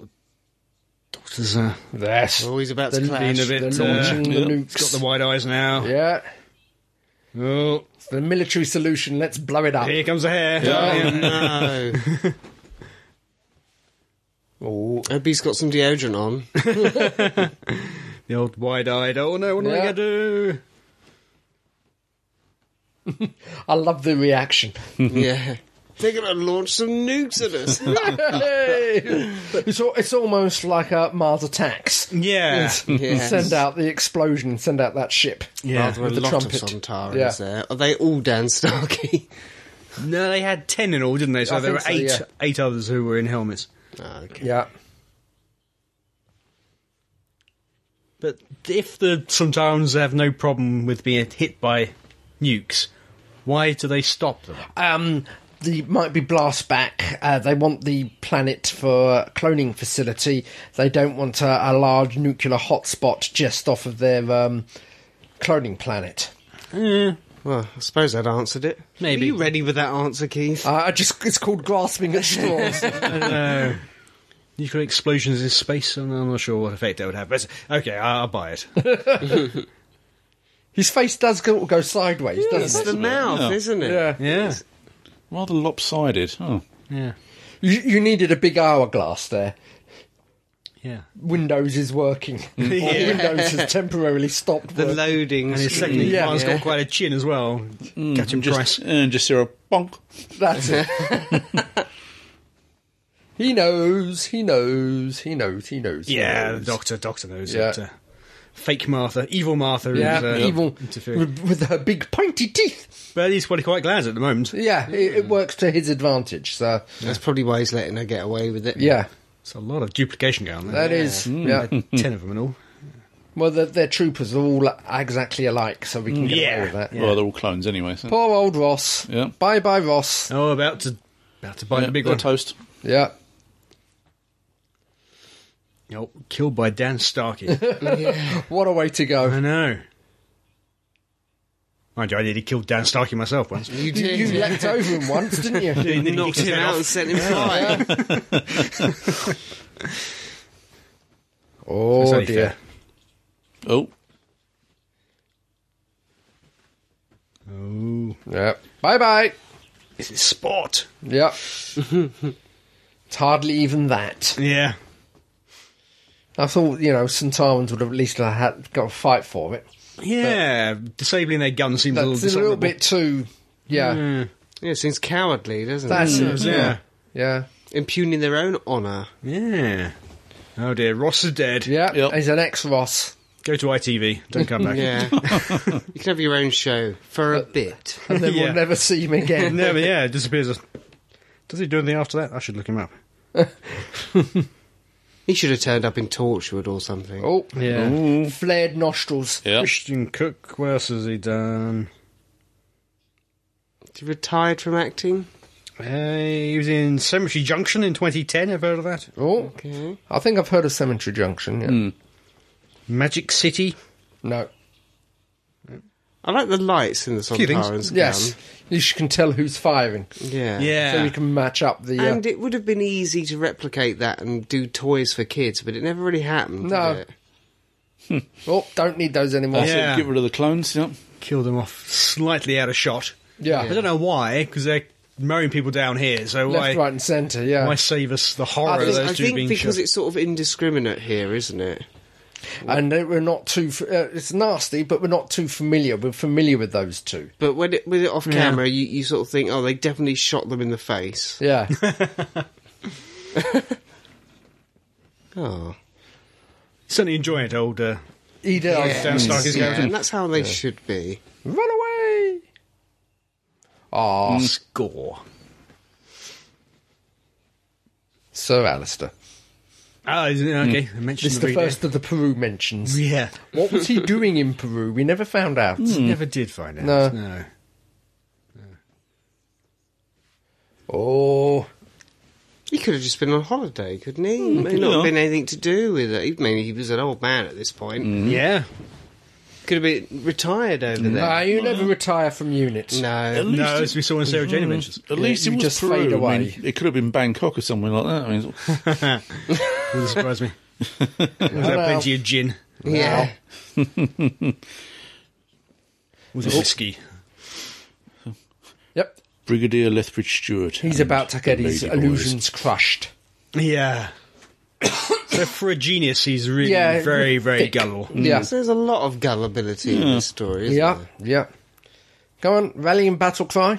Speaker 4: the daughter's uh,
Speaker 3: that's
Speaker 2: Always Oh, about to
Speaker 3: The
Speaker 2: clash.
Speaker 4: being a bit.
Speaker 3: They're launching
Speaker 4: uh,
Speaker 3: the
Speaker 1: yeah.
Speaker 3: nukes.
Speaker 4: It's got the wide eyes now.
Speaker 3: yeah,
Speaker 4: Oh,
Speaker 3: it's the military solution. Let's blow it up.
Speaker 4: here comes the hair.
Speaker 2: Oh, no.
Speaker 3: Oh,
Speaker 2: Hope he's got some deodorant on.
Speaker 4: The old wide eyed, oh no, what am I
Speaker 3: Yeah.
Speaker 4: going to do?
Speaker 3: I love the reaction.
Speaker 2: yeah. They're going to launch some nukes at us.
Speaker 3: it's al- it's almost like a Mars attacks.
Speaker 4: Yeah.
Speaker 2: Yes.
Speaker 3: Send out the explosion and send out that ship.
Speaker 4: yeah.
Speaker 2: Rather a
Speaker 3: the
Speaker 2: lot
Speaker 3: trumpet.
Speaker 2: of Sontarans
Speaker 3: Yeah.
Speaker 2: there. Are they all Dan Starkey?
Speaker 4: No, they had 10 in all, didn't they? So
Speaker 3: I
Speaker 4: there were
Speaker 3: think so,
Speaker 4: eight,
Speaker 3: yeah.
Speaker 4: eight others who were in helmets.
Speaker 2: Ah, okay.
Speaker 3: Yeah,
Speaker 4: But if the Suntarans have no problem with being hit by nukes, why do they stop them?
Speaker 3: um, the might be blast back. Uh, they want the planet for a cloning facility. They don't want a, a large nuclear hotspot just off of their um, cloning planet.
Speaker 2: Well, I suppose that answered it.
Speaker 4: Maybe.
Speaker 2: Are you ready with that answer, Keith?
Speaker 3: Uh, I just it's called grasping at straws.
Speaker 4: Nuclear explosions in space? I'm I'm not sure what effect that would have. But okay, I- I'll buy it.
Speaker 3: His face does go, go sideways,
Speaker 2: it's
Speaker 3: doesn't
Speaker 2: the
Speaker 3: it?
Speaker 2: mouth,
Speaker 1: Yeah.
Speaker 2: isn't it?
Speaker 3: Yeah.
Speaker 4: yeah.
Speaker 1: Rather lopsided. Oh.
Speaker 4: Yeah.
Speaker 3: You, you needed a big hourglass there.
Speaker 4: Yeah.
Speaker 3: Windows is working. Or Windows has temporarily stopped.
Speaker 2: The
Speaker 3: working.
Speaker 2: loading.
Speaker 4: And his second
Speaker 3: Yeah. Mm.
Speaker 4: one's
Speaker 2: Yeah.
Speaker 4: got quite a chin as well. Catch him
Speaker 1: And just,
Speaker 4: Christ.
Speaker 1: and just hear a bonk.
Speaker 3: That's it. he knows. He knows. He knows. He knows. he
Speaker 4: Yeah, the
Speaker 3: knows.
Speaker 4: doctor, doctor knows
Speaker 3: Yeah.
Speaker 4: it. Uh, fake Martha, evil Martha,
Speaker 3: Yeah,
Speaker 4: is uh,
Speaker 3: evil
Speaker 4: interfering.
Speaker 3: with, with her big pointy teeth.
Speaker 4: But he's probably quite glad at the moment.
Speaker 3: Yeah, it,
Speaker 4: Mm.
Speaker 3: it works to his advantage. So
Speaker 2: That's probably why he's letting her get away with it.
Speaker 3: yeah,
Speaker 4: It's a lot of duplication going on there.
Speaker 3: that is
Speaker 4: Mm.
Speaker 3: yeah.
Speaker 4: Ten of them in all.
Speaker 3: Well, their, their troopers are all exactly alike, so we can get
Speaker 4: Yeah.
Speaker 3: away with that.
Speaker 1: Well, they're all clones anyway. So.
Speaker 3: Poor old Ross.
Speaker 1: Yeah.
Speaker 3: Bye bye, Ross.
Speaker 4: Oh, about to About to bite
Speaker 1: Yeah,
Speaker 4: the big
Speaker 1: they're
Speaker 4: one.
Speaker 1: toast.
Speaker 3: Yeah.
Speaker 4: Oh, killed by Dan Starkey.
Speaker 3: What a way to go.
Speaker 4: I know. Mind you, I nearly killed Dan Starkey myself once.
Speaker 2: You did.
Speaker 3: You leapt over him once, didn't you?
Speaker 4: Nearly
Speaker 2: knocked
Speaker 4: his
Speaker 2: him
Speaker 4: head
Speaker 2: out and
Speaker 4: off.
Speaker 2: sent him flying.
Speaker 4: That's
Speaker 3: Oh
Speaker 4: only
Speaker 3: dear.
Speaker 4: fair.
Speaker 1: Oh,
Speaker 3: Yeah. Bye bye.
Speaker 4: This is sport.
Speaker 3: Yep. it's hardly even that.
Speaker 4: Yeah.
Speaker 3: I thought, you know, St. Armand's would have at least had, got a fight for it.
Speaker 4: Yeah. Disabling their gun seems a little Mm.
Speaker 3: That's a little
Speaker 4: dishonourable.
Speaker 3: bit too. Yeah.
Speaker 2: Yeah, it seems cowardly, doesn't
Speaker 3: That's
Speaker 2: it? Mm.
Speaker 3: it.
Speaker 4: Yeah.
Speaker 3: Yeah.
Speaker 2: Impugning their own honour.
Speaker 4: Yeah. Oh dear, Ross is dead.
Speaker 3: Yeah.
Speaker 1: Yep.
Speaker 3: He's an ex Ross.
Speaker 4: Go to ITV. Don't come back.
Speaker 2: Yeah. you can have your own show for a bit.
Speaker 3: And then
Speaker 4: Yeah.
Speaker 3: we'll never see him again.
Speaker 4: No, but yeah, it disappears. Does he do anything after that? I should look him up.
Speaker 2: He should have turned up in Torchwood or something.
Speaker 3: Oh.
Speaker 4: Yeah.
Speaker 3: Flared nostrils.
Speaker 1: yeah.
Speaker 4: Christian Cook, what else has he done?
Speaker 2: He retired from acting.
Speaker 4: Uh, he was in Cemetery Junction in 2010. Have you heard of that?
Speaker 3: Oh.
Speaker 2: Okay.
Speaker 3: I think I've heard of Cemetery Junction. Yeah.
Speaker 4: Mm. Magic City.
Speaker 3: No.
Speaker 2: I like the lights in the
Speaker 4: Few things.
Speaker 2: Sontarans gun.
Speaker 3: Yes. You sh- can tell who's firing.
Speaker 2: Yeah.
Speaker 3: So you can match up the. Uh,
Speaker 2: And it would have been easy to replicate that and do toys for kids, but it never really happened.
Speaker 3: No.
Speaker 2: Did it?
Speaker 3: oh, don't need those anymore.
Speaker 1: That's it,
Speaker 4: Yeah.
Speaker 1: Get rid of the clones. Yep.
Speaker 4: Killed him off slightly out of shot.
Speaker 3: Yeah.
Speaker 4: I don't know why, because they're mowing people down here. So
Speaker 3: Left,
Speaker 4: why,
Speaker 3: right, and centre. Yeah.
Speaker 4: why save us the horror
Speaker 3: I
Speaker 4: of
Speaker 3: think-
Speaker 4: those
Speaker 2: I
Speaker 4: two
Speaker 2: think
Speaker 4: being
Speaker 2: because
Speaker 4: shot?
Speaker 2: it's sort of indiscriminate here, isn't it?
Speaker 3: and they we're not too. f- Uh, it's nasty, but we're not too familiar. We're familiar with those two.
Speaker 2: But when it with it off camera, you, you sort of think, oh, they definitely shot them in the face.
Speaker 3: Yeah.
Speaker 2: Oh,
Speaker 4: Certainly enjoying it, old. Uh,
Speaker 3: he did.
Speaker 4: Dan Starkey's
Speaker 2: yeah,
Speaker 4: character.
Speaker 2: and that's how they should be.
Speaker 3: Run away. Ah,
Speaker 4: Score.
Speaker 3: Sir Alistair.
Speaker 4: Ah, is it- okay. I mentioned
Speaker 3: This is the
Speaker 4: video.
Speaker 3: first of the Peru mentions.
Speaker 4: Yeah.
Speaker 3: What was he doing in Peru? We never found out.
Speaker 4: Never did find out.
Speaker 3: No.
Speaker 4: no.
Speaker 3: Oh,
Speaker 2: He could have just been on holiday, couldn't
Speaker 4: Hmm,
Speaker 2: he? May not have been anything to do with it. I mean, he was an old man at this point.
Speaker 4: Hmm. Yeah.
Speaker 2: Could have been retired over
Speaker 4: Hmm.
Speaker 2: there.
Speaker 3: no, Ah, you never retire from units.
Speaker 2: No.
Speaker 1: least
Speaker 4: No,
Speaker 1: it-
Speaker 4: as we saw in Sarah Jane Adventures.
Speaker 1: At least
Speaker 3: you
Speaker 1: it was
Speaker 3: just
Speaker 1: Peru.
Speaker 3: fade
Speaker 1: I mean,
Speaker 3: away.
Speaker 1: it could have been Bangkok or somewhere like that. I mean,
Speaker 4: Doesn't surprise me. There's
Speaker 3: Well.
Speaker 4: plenty of gin.
Speaker 2: Yeah.
Speaker 4: Was it whiskey?
Speaker 3: Yep.
Speaker 1: Brigadier Lethbridge Stewart.
Speaker 3: He's
Speaker 1: and
Speaker 3: about to get
Speaker 1: the
Speaker 3: his
Speaker 1: Lady Boys.
Speaker 3: illusions crushed.
Speaker 4: Yeah. so for a genius, he's really
Speaker 3: Yeah,
Speaker 4: very, very
Speaker 3: thick.
Speaker 4: gullible. Hmm.
Speaker 3: Yeah.
Speaker 2: So there's a lot of gullibility in this story, isn't
Speaker 3: Yeah.
Speaker 2: there?
Speaker 3: Yeah. Go on, rally and battle cry.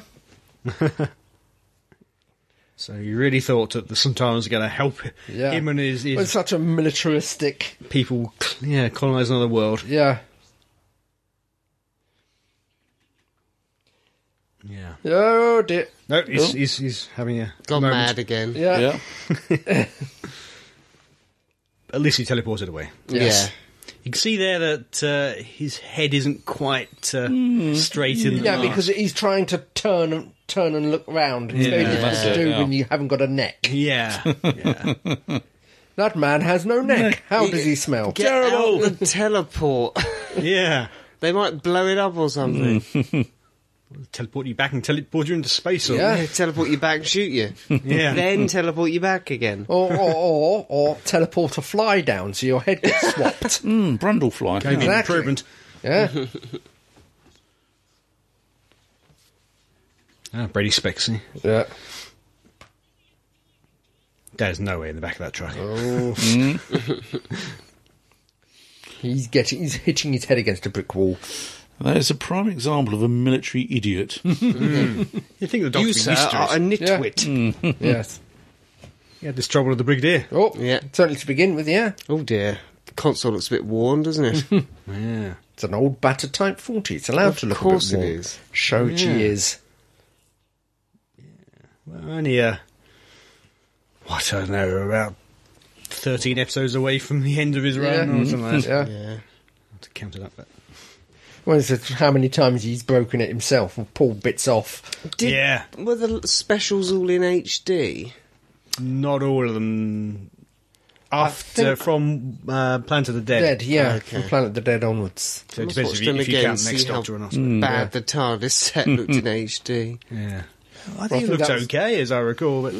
Speaker 4: So you really thought that the sometimes going to help
Speaker 3: Yeah.
Speaker 4: him and his,
Speaker 3: It's
Speaker 4: his
Speaker 3: such a militaristic.
Speaker 4: people cl- yeah, colonize another world.
Speaker 3: Yeah.
Speaker 4: Yeah.
Speaker 3: Oh dear.
Speaker 4: No, he's, he's, he's having a
Speaker 2: Gone
Speaker 4: moment.
Speaker 2: mad again.
Speaker 3: Yeah.
Speaker 1: Yeah.
Speaker 4: At least he teleported away.
Speaker 3: Yes.
Speaker 4: You can see there that uh, his head isn't quite uh, straight in the
Speaker 3: Hmm. Yeah,
Speaker 4: mask.
Speaker 3: because he's trying to turn and turn and look round. It's very
Speaker 4: Yeah.
Speaker 3: difficult to
Speaker 1: That's it,
Speaker 3: do
Speaker 1: yeah.
Speaker 3: when you haven't got a neck.
Speaker 4: Yeah. yeah.
Speaker 3: That man has no neck. How does he smell?
Speaker 2: Get
Speaker 4: Terrible.
Speaker 2: out the teleport.
Speaker 4: yeah.
Speaker 2: they might blow it up or something.
Speaker 3: Mm.
Speaker 4: Teleport you back and teleport you into space. Or,
Speaker 3: Yeah.
Speaker 2: Yeah, teleport you back and shoot you.
Speaker 4: Yeah.
Speaker 2: Then teleport you back again.
Speaker 3: Or, or, or, or teleport a fly down so your head gets swapped.
Speaker 1: Mm, Brundlefly.
Speaker 4: Maybe an
Speaker 1: Yeah.
Speaker 3: Exactly.
Speaker 4: improvement.
Speaker 3: yeah.
Speaker 4: Ah, Brady Spexy.
Speaker 3: Yeah.
Speaker 4: There's no way in the back of that truck.
Speaker 3: Oh. He's getting. He's hitting his head against a brick wall.
Speaker 1: That is a prime example of a military idiot.
Speaker 4: You think the doctor
Speaker 2: You,
Speaker 4: used
Speaker 2: sir,
Speaker 4: to
Speaker 2: are a
Speaker 4: it.
Speaker 2: nitwit.
Speaker 3: Mm. yes.
Speaker 4: He had this trouble with the Brigadier.
Speaker 3: Oh.
Speaker 2: Yeah.
Speaker 3: Certainly to begin with. Yeah.
Speaker 2: Oh dear. The console looks a bit worn, doesn't it?
Speaker 4: Yeah.
Speaker 3: It's an old batter type forty. It's allowed
Speaker 2: Of
Speaker 3: to look
Speaker 2: course
Speaker 3: a
Speaker 2: it
Speaker 3: bit worn.
Speaker 2: is.
Speaker 3: Show yeah.
Speaker 4: Yeah.
Speaker 3: is.
Speaker 4: Well, only, uh, what, I don't know, about 13 episodes away from the end of his run
Speaker 3: Yeah.
Speaker 4: or something like that.
Speaker 3: Yeah.
Speaker 2: yeah.
Speaker 4: I have to count it up. But
Speaker 3: Well, it's just how many times he's broken it himself and pulled bits off.
Speaker 2: Did,
Speaker 4: Yeah.
Speaker 2: Were the l- specials all in HD?
Speaker 4: Not all of them. After
Speaker 3: think-
Speaker 4: from uh, Planet of the Dead.
Speaker 3: Dead, yeah,
Speaker 2: Okay.
Speaker 3: from Planet the Dead onwards.
Speaker 4: So it
Speaker 2: must
Speaker 4: depends
Speaker 2: watch
Speaker 4: if you,
Speaker 2: them
Speaker 4: if you
Speaker 2: again,
Speaker 4: count
Speaker 2: see
Speaker 4: Next
Speaker 2: how-
Speaker 4: Doctor or not.
Speaker 3: Mm.
Speaker 2: Bad the TARDIS set looked in HD.
Speaker 4: Yeah. I
Speaker 3: Well, I
Speaker 4: think it
Speaker 3: think
Speaker 4: looked
Speaker 3: that's-
Speaker 4: okay, as I recall, but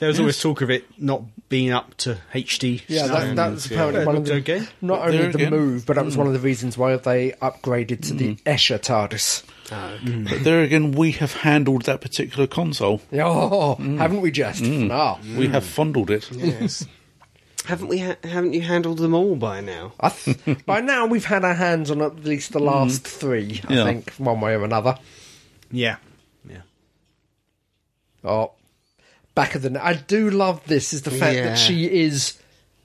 Speaker 4: there was always talk of it not being up to HD.
Speaker 3: Yeah,
Speaker 4: standards.
Speaker 3: that, that's apparently
Speaker 4: It
Speaker 3: one of
Speaker 4: looked
Speaker 3: the
Speaker 4: okay.
Speaker 3: not only
Speaker 1: There
Speaker 3: the
Speaker 1: again.
Speaker 3: move, but that was one of the reasons why they upgraded to the Escher TARDIS.
Speaker 1: But there again, we have handled that particular console.
Speaker 3: Yeah, Oh, haven't we just? Ah,
Speaker 1: We have fondled it.
Speaker 2: Yes. haven't we? Ha- haven't you handled them all by now?
Speaker 3: I th- by now we've had our hands on at least the last three. I
Speaker 1: Yeah.
Speaker 3: think one way or another.
Speaker 4: Yeah. Yeah.
Speaker 3: Oh, back of the. N- I do love this. Is the fact
Speaker 2: Yeah.
Speaker 3: that she is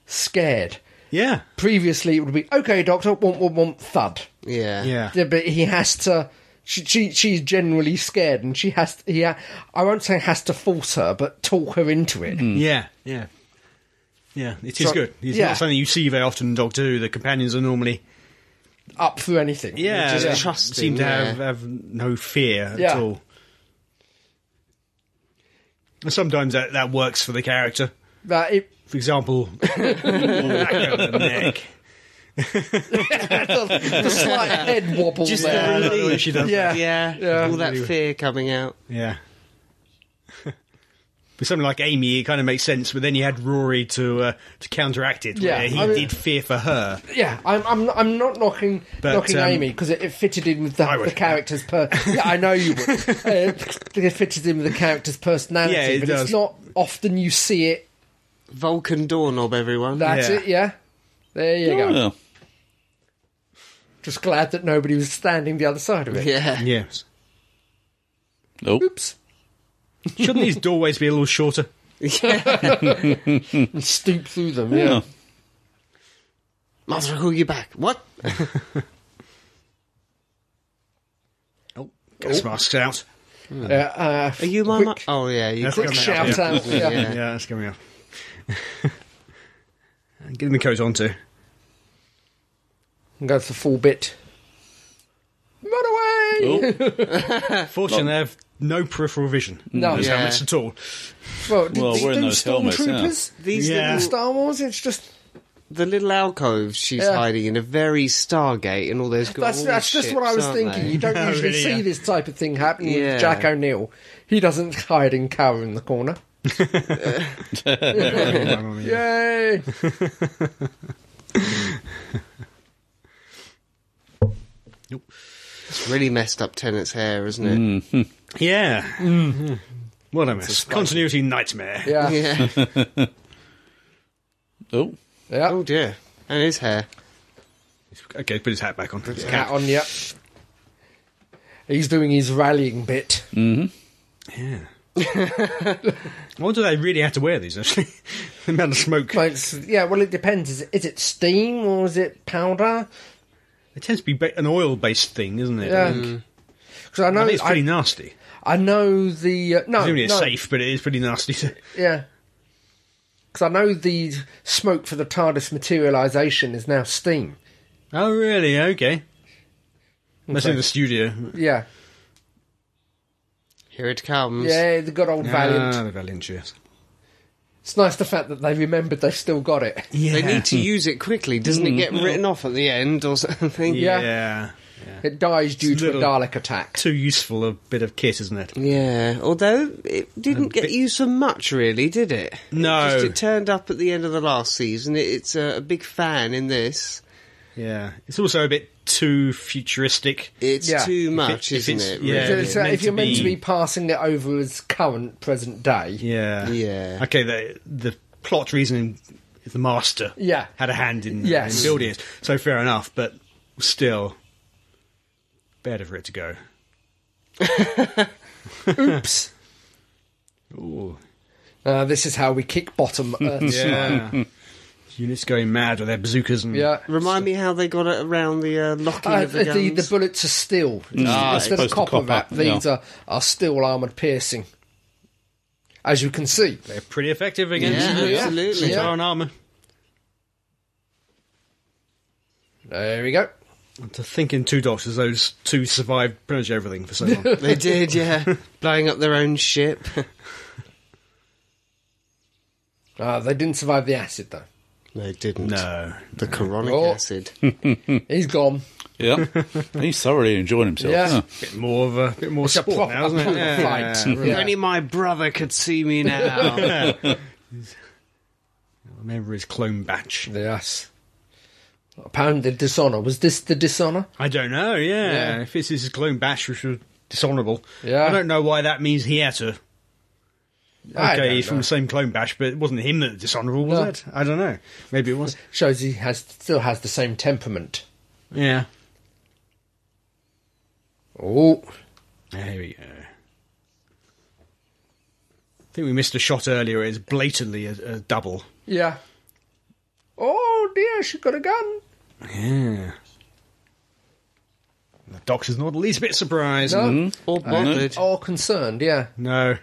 Speaker 3: scared.
Speaker 4: Yeah.
Speaker 3: Previously, it would be okay, Doctor. Womp womp womp. Thud.
Speaker 2: Yeah.
Speaker 4: Yeah.
Speaker 3: Yeah, but he has to. She, she she's generally scared, and she has to. Yeah, I won't say has to force her, but talk her into it.
Speaker 4: Yeah, yeah. Yeah, it is
Speaker 3: So-
Speaker 4: good. It's
Speaker 3: yeah.
Speaker 4: not something you see very often in Doctor Who. The companions are normally
Speaker 3: Up for anything.
Speaker 4: yeah,
Speaker 2: just
Speaker 4: they
Speaker 2: trusting,
Speaker 4: seem to
Speaker 2: yeah.
Speaker 4: have, have no fear
Speaker 3: Yeah.
Speaker 4: at all. And Sometimes that, that works for the character.
Speaker 3: Uh, it,
Speaker 4: For example, neck.
Speaker 3: the, the slight head wobble
Speaker 2: Just
Speaker 3: there.
Speaker 4: I
Speaker 2: the
Speaker 4: don't know why
Speaker 2: relief.
Speaker 4: she does
Speaker 3: Yeah.
Speaker 4: that.
Speaker 2: Yeah.
Speaker 3: Yeah.
Speaker 2: All that fear coming out.
Speaker 4: Yeah. With something like Amy, it kind of makes sense, but then you had Rory to uh, to counteract it.
Speaker 3: Yeah,
Speaker 4: where he
Speaker 3: I mean-
Speaker 4: did fear for her.
Speaker 3: Yeah, I'm I'm I'm not knocking
Speaker 4: But,
Speaker 3: knocking
Speaker 4: um,
Speaker 3: Amy because it, it fitted in with the,
Speaker 4: I would.
Speaker 3: the character's per. yeah, I know you would. Uh, it fitted in with the character's personality,
Speaker 4: Yeah, it
Speaker 3: but
Speaker 4: does.
Speaker 3: it's not often you see it.
Speaker 2: Vulcan doorknob, everyone.
Speaker 3: That's
Speaker 4: Yeah.
Speaker 3: it. Yeah. There you go.
Speaker 1: Yeah.
Speaker 3: Just glad that nobody was standing the other side of it.
Speaker 2: yeah.
Speaker 4: Yes.
Speaker 1: Oh,
Speaker 3: Oops.
Speaker 4: Shouldn't these doorways be a little shorter?
Speaker 3: And stoop through them.
Speaker 1: yeah.
Speaker 3: yeah.
Speaker 2: Mother, who you back? What?
Speaker 4: Oh, gas masks out.
Speaker 3: Uh, uh,
Speaker 2: Are you my
Speaker 3: quick,
Speaker 2: mu- Oh yeah, you
Speaker 4: That's
Speaker 2: quick
Speaker 4: coming
Speaker 2: shout.
Speaker 4: out,
Speaker 3: shout
Speaker 4: yeah.
Speaker 2: Yeah.
Speaker 3: out. Yeah.
Speaker 4: Yeah, that's coming out. And Get him the coat on too.
Speaker 3: And go for the full bit. Run away!
Speaker 1: Oh,
Speaker 4: Fortunately, they have no peripheral vision.
Speaker 3: No.
Speaker 4: Those
Speaker 2: Yeah.
Speaker 4: helmets at all.
Speaker 3: Well, did
Speaker 1: Well,
Speaker 3: these
Speaker 1: we're in
Speaker 3: do
Speaker 1: those helmets, yeah.
Speaker 3: stormtroopers?
Speaker 2: These
Speaker 4: Yeah.
Speaker 2: little,
Speaker 3: Star Wars? It's just
Speaker 2: the little alcoves she's
Speaker 3: Yeah.
Speaker 2: hiding in a very Stargate, and all those.
Speaker 3: That's,
Speaker 2: all
Speaker 3: that's
Speaker 2: these
Speaker 3: just what I
Speaker 2: ships,
Speaker 3: was
Speaker 2: aren't
Speaker 3: thinking.
Speaker 2: they?
Speaker 3: You don't
Speaker 4: Oh,
Speaker 3: usually
Speaker 4: really,
Speaker 3: see
Speaker 4: yeah.
Speaker 3: this type of thing happen
Speaker 2: Yeah.
Speaker 3: with Jack O'Neill. He doesn't hide and cower in the corner. Yay!
Speaker 2: It's really messed up Tennant's hair, isn't it?
Speaker 4: Yeah. What Mm-hmm. a mess. Continuity nightmare.
Speaker 3: Yeah. yeah.
Speaker 2: Yeah.
Speaker 1: oh.
Speaker 2: oh dear. And his hair.
Speaker 4: Okay, put his hat back on.
Speaker 3: Hat on, yep. He's doing his rallying bit.
Speaker 4: Yeah. I wonder if they really had to wear these, actually. the amount of smoke.
Speaker 3: Like, s- yeah, well, it depends. Is it, is it steam or is it powder?
Speaker 4: It tends to be ba- an oil based thing, isn't it?
Speaker 3: Yeah.
Speaker 4: I think.
Speaker 3: 'Cause I know,
Speaker 4: Mm. I think it's
Speaker 3: I,
Speaker 4: pretty nasty.
Speaker 3: I know the. Uh, no,
Speaker 4: Presumably it's
Speaker 3: no,
Speaker 4: safe, but it is pretty nasty. to-
Speaker 3: Yeah. Because I know the smoke for the TARDIS materialisation is now steam.
Speaker 4: Oh, really? Okay. That's in the studio.
Speaker 3: Yeah.
Speaker 2: Here it comes.
Speaker 3: Yeah, the good old Valiant.
Speaker 4: Ah, the Valiant, yes.
Speaker 3: It's nice the fact that they remembered they've still got it.
Speaker 4: Yeah.
Speaker 2: They need to use it quickly. Doesn't it get written off at the end or something?
Speaker 4: yeah.
Speaker 3: It dies due to
Speaker 4: Little-
Speaker 3: a Dalek attack.
Speaker 4: Too useful a bit of kit, isn't it?
Speaker 2: Yeah, although it didn't get
Speaker 4: bit-
Speaker 2: used for much, really, did it?
Speaker 4: No.
Speaker 2: Just it turned up at the end of the last season. It, it's a, a big fan in this.
Speaker 4: Yeah. It's also a bit too futuristic.
Speaker 2: It's
Speaker 3: Yeah.
Speaker 2: too
Speaker 4: it-
Speaker 2: much,
Speaker 4: if
Speaker 2: isn't
Speaker 4: it's-
Speaker 2: it?
Speaker 4: yeah,
Speaker 3: So
Speaker 2: really?
Speaker 3: it's,
Speaker 4: it's
Speaker 3: uh,
Speaker 4: meant
Speaker 3: if you're
Speaker 4: to
Speaker 3: meant to
Speaker 4: be-
Speaker 3: be passing it over as current, present day.
Speaker 4: Yeah.
Speaker 2: Yeah.
Speaker 4: Okay, the the plot reasoning is the master
Speaker 3: Yeah.
Speaker 4: had a hand in,
Speaker 3: Yes.
Speaker 4: in building it. So fair enough, but still better for it to go.
Speaker 3: Oops.
Speaker 4: Ooh.
Speaker 3: Uh, this is how we kick bottom. Earth.
Speaker 4: Yeah. Units going mad with their bazookas and
Speaker 3: yeah.
Speaker 2: Remind me how they got it around the uh, locking
Speaker 3: Uh,
Speaker 2: of the
Speaker 3: the, the,
Speaker 2: guns.
Speaker 3: the bullets are steel.
Speaker 1: Mm.
Speaker 3: Instead of
Speaker 1: supposed Ah, to
Speaker 3: copper
Speaker 1: cop
Speaker 3: wrap,
Speaker 1: up,
Speaker 3: these
Speaker 1: yeah.
Speaker 3: are, are steel armoured piercing. As you can see.
Speaker 4: they're pretty effective against
Speaker 2: yeah,
Speaker 4: yeah.
Speaker 2: absolutely.
Speaker 3: Yeah.
Speaker 4: armor.
Speaker 3: There we go.
Speaker 4: And to think in two doctors, those two survived pretty much everything for so long.
Speaker 2: They did, yeah. Blowing up their own ship.
Speaker 3: Uh, they didn't survive the acid, though.
Speaker 2: they didn't.
Speaker 4: no.
Speaker 2: The coronic
Speaker 3: Oh.
Speaker 2: acid.
Speaker 3: He's gone.
Speaker 1: Yeah, he's thoroughly enjoying himself.
Speaker 3: Yeah.
Speaker 1: huh?
Speaker 4: Bit more of a bit more
Speaker 3: It's a
Speaker 4: sport
Speaker 3: proper-
Speaker 4: now, isn't it?
Speaker 3: proper flight.
Speaker 2: If
Speaker 3: Yeah.
Speaker 2: only my brother could see me now.
Speaker 4: Remember his clone batch.
Speaker 3: Yes. Apparently, Dishonour. Was this the Dishonour?
Speaker 4: I don't know, yeah.
Speaker 3: Yeah.
Speaker 4: If it's his clone batch, which was dishonourable.
Speaker 3: Yeah.
Speaker 4: I don't know why that means he had to.
Speaker 3: I
Speaker 4: Okay,
Speaker 3: don't
Speaker 4: he's from
Speaker 3: know.
Speaker 4: the same clone batch, but it wasn't him that was dishonourable, was
Speaker 3: No.
Speaker 4: it? I don't know. Maybe it was.
Speaker 3: Shows he has still has the same temperament.
Speaker 4: Yeah.
Speaker 3: Oh,
Speaker 4: There we go. I think we missed a shot earlier. It's blatantly a, a double.
Speaker 3: yeah. Oh dear, she got a gun.
Speaker 4: Yeah. The doctor's not the least bit surprised.
Speaker 3: No.
Speaker 1: Mm-hmm.
Speaker 2: Or bothered.
Speaker 3: All concerned, yeah.
Speaker 4: No.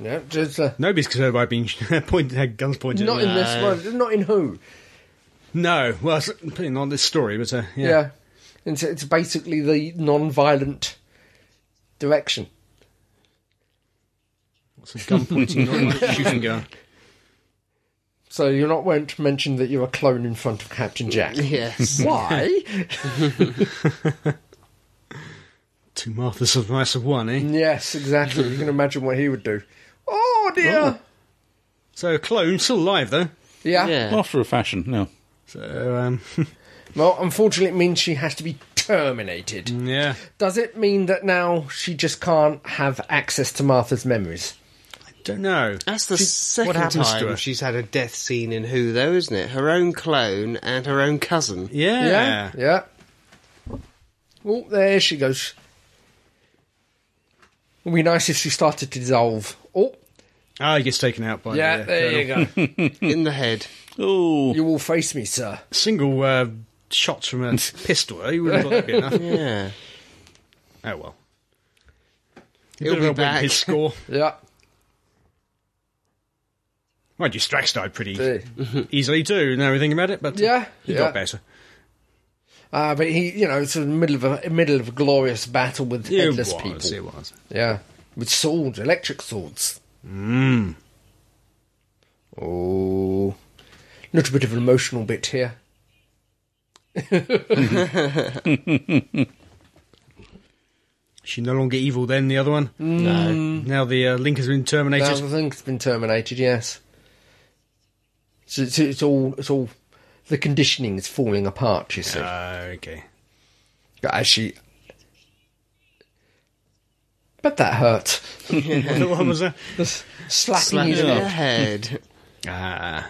Speaker 3: No, just uh,
Speaker 4: Nobody's concerned by being pointed, had guns pointed
Speaker 3: not
Speaker 4: at
Speaker 3: in
Speaker 4: them.
Speaker 3: this one. Not in who?
Speaker 4: No. Well, it's probably not this story, but uh,
Speaker 3: Yeah.
Speaker 4: yeah.
Speaker 3: It's, it's basically the non-violent direction.
Speaker 4: What's a gun pointing, not a shooting gun.
Speaker 3: So you're not won't mention that you're a clone in front of Captain Jack.
Speaker 2: Yes.
Speaker 3: Why?
Speaker 4: Two Marthas of the price of one, eh?
Speaker 3: yes, exactly. You can imagine what he would do. Oh dear.
Speaker 4: So, clone, still alive, though.
Speaker 3: Yeah.
Speaker 2: Yeah.
Speaker 1: After a fashion, no.
Speaker 4: So, um,
Speaker 3: Well, unfortunately, it means she has to be terminated.
Speaker 4: yeah.
Speaker 3: Does it mean that now she just can't have access to Martha's memories?
Speaker 4: Don't know.
Speaker 2: That's the
Speaker 4: what
Speaker 2: second
Speaker 4: happens to her?
Speaker 2: time she's had a death scene in Who, though, isn't it? Her own clone and her own cousin.
Speaker 4: Yeah.
Speaker 3: Yeah. yeah. Oh, there she goes. It would be nice if she started to dissolve. Oh,
Speaker 4: Ah, he gets taken out by
Speaker 3: yeah,
Speaker 4: the, uh,
Speaker 3: there you
Speaker 4: colonel.
Speaker 3: go.
Speaker 2: In the head.
Speaker 1: Oh,
Speaker 3: you will face me, sir.
Speaker 4: Single uh, shots from a pistol. eh? You would have thought that'd be enough.
Speaker 2: Yeah.
Speaker 4: Oh, well.
Speaker 2: He'll
Speaker 4: Bit of
Speaker 2: be
Speaker 4: a win
Speaker 2: back.
Speaker 4: His score.
Speaker 3: Yeah.
Speaker 4: Mind you, Strax died pretty
Speaker 3: Did
Speaker 4: easily too. Now we think about it, but uh,
Speaker 3: Yeah,
Speaker 4: he
Speaker 3: yeah.
Speaker 4: got better.
Speaker 3: Uh, but he, you know, it's in the middle of a middle of a glorious battle with headless
Speaker 4: it was,
Speaker 3: people.
Speaker 4: It was.
Speaker 3: Yeah, with swords, electric swords. Hmm.
Speaker 4: Mm.
Speaker 3: Oh, little bit of an emotional bit here.
Speaker 4: She no longer evil then. The other one.
Speaker 2: No.
Speaker 4: Now the uh, link has been terminated.
Speaker 3: Now the thing's been terminated. Yes. So it's, it's all it's all the conditioning is falling apart. You see,
Speaker 4: Ah, okay.
Speaker 3: but actually, but that hurt.
Speaker 4: what one was that?
Speaker 3: Slapping
Speaker 2: Slapped
Speaker 3: his
Speaker 2: in
Speaker 3: yeah.
Speaker 2: the head.
Speaker 4: Ah.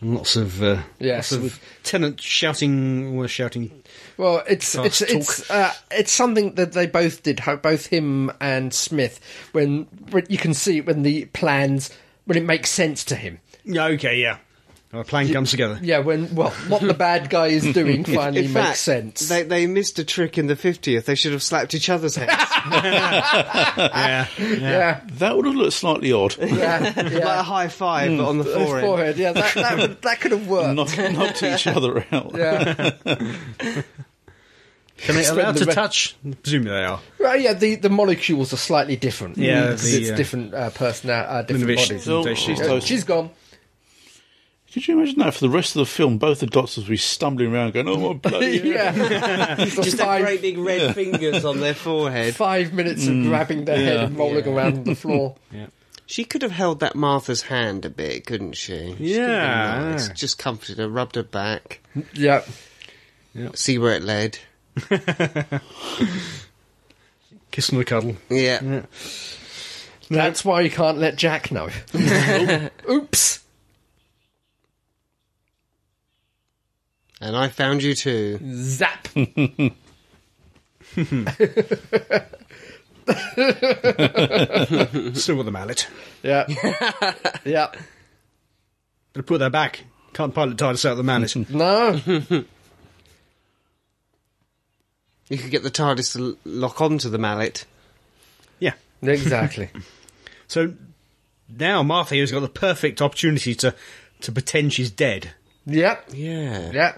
Speaker 4: And lots of uh,
Speaker 3: Yes,
Speaker 4: lots of
Speaker 3: with-
Speaker 4: tenant shouting, well, shouting.
Speaker 3: Well, it's it's
Speaker 4: Fast
Speaker 3: it's uh, it's something that they both did. How both him and Smith, when, when you can see it when the plans when it makes sense to him.
Speaker 4: Yeah, okay, yeah. Our plan comes together.
Speaker 3: Yeah, when well, what the bad guy is doing finally
Speaker 2: In
Speaker 3: makes
Speaker 2: fact,
Speaker 3: sense.
Speaker 2: They, they missed a trick in the 50th. They should have slapped each other's heads.
Speaker 4: Yeah,
Speaker 3: yeah,
Speaker 1: that would have looked slightly odd.
Speaker 3: yeah,
Speaker 2: Like a
Speaker 3: yeah.
Speaker 2: high five, but on the
Speaker 3: His
Speaker 2: forehead.
Speaker 3: forehead. Yeah, that that, would, that could have worked.
Speaker 1: Knock, knocked each other out.
Speaker 3: yeah,
Speaker 4: Can they
Speaker 3: Spend
Speaker 4: allowed
Speaker 3: the
Speaker 4: to
Speaker 3: re-
Speaker 4: touch? Presumably they are.
Speaker 3: right, yeah. The, the molecules are slightly different.
Speaker 4: Yeah,
Speaker 3: because
Speaker 4: the,
Speaker 3: it's
Speaker 4: uh,
Speaker 3: different uh, person, uh, different
Speaker 4: Minovich-
Speaker 3: bodies.
Speaker 1: So,
Speaker 4: She's
Speaker 1: uh,
Speaker 3: Yeah, she's gone.
Speaker 1: Could you imagine that for the rest of the film? Both the doctors would be stumbling around, going, "Oh my bloody hell."
Speaker 3: Yeah, He's got
Speaker 2: Just
Speaker 3: five-
Speaker 2: have great big red fingers on their forehead.
Speaker 3: five minutes
Speaker 4: Mm.
Speaker 3: of grabbing their head
Speaker 1: Yeah.
Speaker 3: and rolling around on the floor.
Speaker 2: She could have held that Martha's hand a bit, couldn't she? She could have been
Speaker 4: Yeah.
Speaker 2: nice. Just comforted her, rubbed her back,
Speaker 3: yeah.
Speaker 2: see where it led.
Speaker 4: Kiss and a cuddle.
Speaker 2: Yeah.
Speaker 3: That's why you can't let Jack know. Oops.
Speaker 2: And I found you too.
Speaker 3: Zap. Mm-hmm.
Speaker 4: Still with the mallet.
Speaker 3: Yeah. yeah.
Speaker 4: They put that back. Can't pilot TARDIS out of the mallet.
Speaker 3: Mm-hmm. No.
Speaker 2: You could get the TARDIS to l- lock onto the mallet.
Speaker 4: yeah.
Speaker 3: Exactly.
Speaker 4: So now Martha has got the perfect opportunity to to pretend she's dead.
Speaker 3: Yeah,
Speaker 2: Yeah.
Speaker 3: yeah,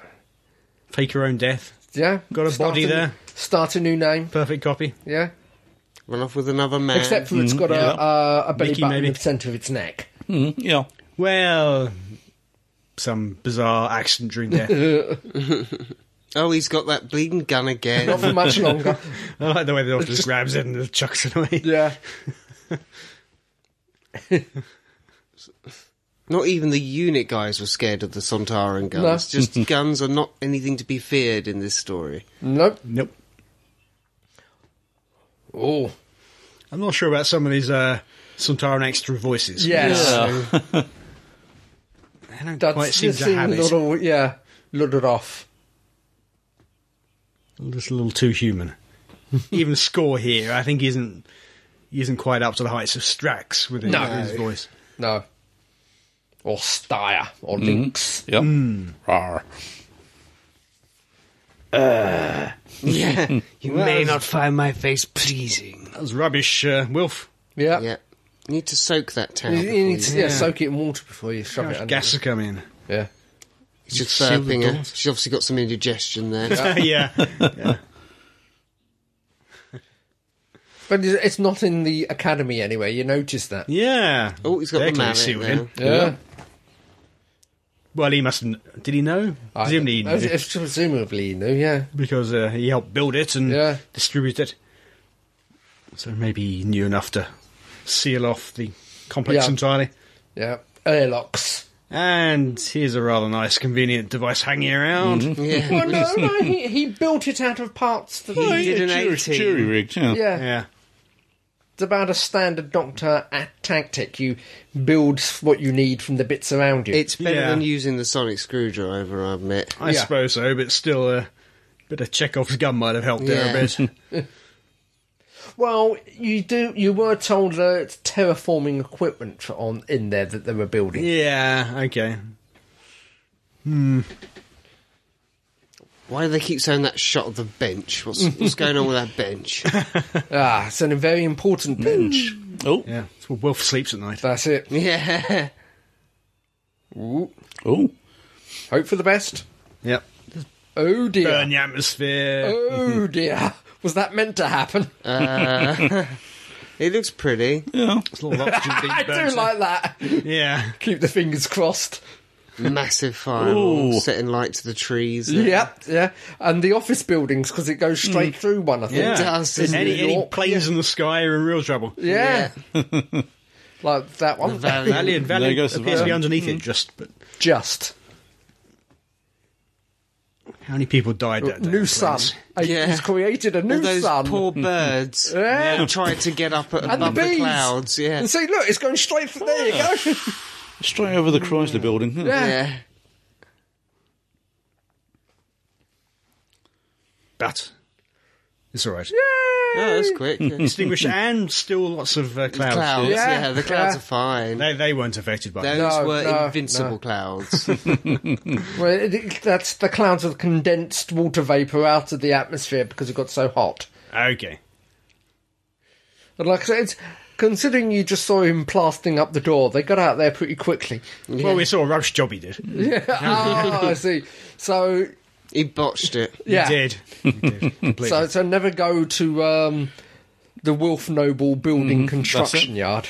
Speaker 4: Fake your own death.
Speaker 3: yeah.
Speaker 4: Got a body there.
Speaker 3: Start a new name.
Speaker 4: Perfect copy.
Speaker 3: Yeah,
Speaker 2: Run off with another man.
Speaker 3: except for it's got
Speaker 4: Mm, yeah.
Speaker 3: a uh, a belly
Speaker 4: Mickey,
Speaker 3: button
Speaker 4: maybe.
Speaker 3: in the centre of its neck.
Speaker 1: Mm, yeah.
Speaker 4: Well, some bizarre accident during death.
Speaker 2: oh, he's got that bleeding gun again.
Speaker 3: Not for much longer.
Speaker 4: I like the way the doctor just grabs it and chucks it away.
Speaker 3: Yeah,
Speaker 2: Not even the unit guys were scared of the Sontaran guns. Just guns are not anything to be feared in this story.
Speaker 3: nope.
Speaker 4: Nope.
Speaker 3: Oh,
Speaker 4: I'm not sure about some of these uh, Suntaran extra voices.
Speaker 3: yes.
Speaker 4: They don't
Speaker 3: That's
Speaker 4: quite seem
Speaker 3: just
Speaker 4: to have
Speaker 3: seemed a
Speaker 4: it.
Speaker 3: little, yeah, littered off.
Speaker 4: Just a little too human. Even Score here, I think, isn't he isn't quite up to the heights of Strax with his,
Speaker 3: No.
Speaker 4: his voice.
Speaker 3: No. Or Styre
Speaker 4: Mm.
Speaker 3: or Lynx.
Speaker 1: Yep.
Speaker 3: Hmm.
Speaker 1: Rawr.
Speaker 2: Yeah.
Speaker 4: You
Speaker 2: find my face pleasing.
Speaker 4: That was rubbish, uh, Wilf.
Speaker 3: Yeah.
Speaker 2: Yeah. You need to soak that towel.
Speaker 3: You, you need
Speaker 2: before
Speaker 3: to
Speaker 2: you-
Speaker 3: yeah, soak it in water before you shove it under.
Speaker 4: Gas has come in.
Speaker 3: Yeah.
Speaker 2: She's just
Speaker 4: seal the
Speaker 2: burping her.
Speaker 4: doors.
Speaker 2: She's obviously got some indigestion there.
Speaker 4: yeah.
Speaker 3: But it's it's not in the academy anyway. You notice that.
Speaker 4: Yeah.
Speaker 2: Oh, he's got
Speaker 4: They're
Speaker 2: the
Speaker 4: clearly
Speaker 2: mallet
Speaker 4: sealed
Speaker 2: now.
Speaker 4: in.
Speaker 3: Yeah.
Speaker 4: Well, he must have. Did he know? Presumably he
Speaker 3: I-
Speaker 4: knew.
Speaker 3: it's presumably you know, yeah.
Speaker 4: Because uh, he helped build it and
Speaker 3: Yeah.
Speaker 4: distribute it. So maybe he knew enough to seal off the complex
Speaker 3: Yeah.
Speaker 4: entirely.
Speaker 3: Yeah. Airlocks.
Speaker 4: And here's a rather nice, convenient device hanging around.
Speaker 3: Mm-hmm.
Speaker 2: Yeah.
Speaker 3: Well, no, no, he, he built it out of parts that
Speaker 1: Oh,
Speaker 3: he.
Speaker 2: did
Speaker 1: yeah,
Speaker 2: an
Speaker 1: jury,
Speaker 2: 18.
Speaker 1: jury rigged. Yeah.
Speaker 3: Yeah.
Speaker 4: Yeah.
Speaker 3: It's about a standard doctor a- tactic. You build what you need from the bits around you.
Speaker 2: It's better
Speaker 4: Yeah.
Speaker 2: than using the sonic screwdriver, I admit.
Speaker 4: I
Speaker 3: Yeah.
Speaker 4: suppose so, but still, a bit of Chekhov's gun might have helped there a bit.
Speaker 3: well, you do. You were told that it's terraforming equipment on in there that they were building.
Speaker 4: yeah, okay.
Speaker 2: Why do they keep saying that shot of the bench? What's, what's going on with that bench?
Speaker 3: Ah, it's a very important bench.
Speaker 1: Oh.
Speaker 4: Yeah, it's where Wolf sleeps at night.
Speaker 3: That's it.
Speaker 2: Yeah.
Speaker 1: Oh.
Speaker 3: Hope for the best.
Speaker 4: Yep.
Speaker 3: Oh dear.
Speaker 4: Burn the atmosphere.
Speaker 3: Oh dear. Was that meant to happen?
Speaker 2: It looks pretty.
Speaker 1: Yeah.
Speaker 4: It's a lot of oxygen being
Speaker 3: I
Speaker 4: burnt.
Speaker 3: do like that.
Speaker 4: Yeah.
Speaker 3: Keep the fingers crossed.
Speaker 2: Massive fire
Speaker 1: Ooh.
Speaker 2: setting light to the trees. there.
Speaker 3: Yep, yeah. And the office buildings, because it goes straight through one, I think.
Speaker 4: Yeah.
Speaker 2: does, doesn't
Speaker 4: any,
Speaker 2: it?
Speaker 4: any
Speaker 3: York.
Speaker 4: planes in the sky are in real trouble.
Speaker 3: Yeah. like that one.
Speaker 2: Valley.
Speaker 4: Valley and
Speaker 1: There
Speaker 4: Valley
Speaker 1: goes the
Speaker 4: appears to be
Speaker 1: van. Mm.
Speaker 4: underneath it. Just, but
Speaker 3: Just.
Speaker 4: how many people died that day?
Speaker 3: New
Speaker 4: in
Speaker 3: sun.
Speaker 4: planes?
Speaker 3: Uh,
Speaker 2: Yeah.
Speaker 3: He's created a
Speaker 2: All
Speaker 3: new
Speaker 2: those
Speaker 3: sun.
Speaker 2: poor birds
Speaker 3: Yeah.
Speaker 2: who tried to get up
Speaker 3: and the
Speaker 2: above the,
Speaker 3: bees.
Speaker 2: clouds. Yeah.
Speaker 3: And see, look, it's going straight from there. You go.
Speaker 1: Straight over the Chrysler building. huh?
Speaker 3: Yeah.
Speaker 2: Yeah.
Speaker 4: But it's all right.
Speaker 2: Oh, that's quick. Yeah.
Speaker 4: Extinguished and still lots of uh, clouds.
Speaker 2: clouds.
Speaker 3: Yeah.
Speaker 2: Yeah. the clouds
Speaker 3: Yeah.
Speaker 2: are fine.
Speaker 4: They, they weren't affected by
Speaker 2: Those
Speaker 4: it.
Speaker 3: No,
Speaker 2: were
Speaker 3: no,
Speaker 2: invincible
Speaker 3: no.
Speaker 2: clouds.
Speaker 3: Well, it, it- that's the clouds of condensed water vapour out of the atmosphere because it got so hot.
Speaker 4: Okay.
Speaker 3: But like I said, it's, considering you just saw him plastering up the door, they got out there pretty quickly.
Speaker 4: Well, we saw a rubbish job he did. He
Speaker 3: Ah, I see. So
Speaker 2: he botched it.
Speaker 3: yeah,
Speaker 4: did. He did. Completely.
Speaker 3: so so never go to um, the Wolf Noble building
Speaker 4: Mm-hmm.
Speaker 3: construction
Speaker 1: it.
Speaker 3: yard.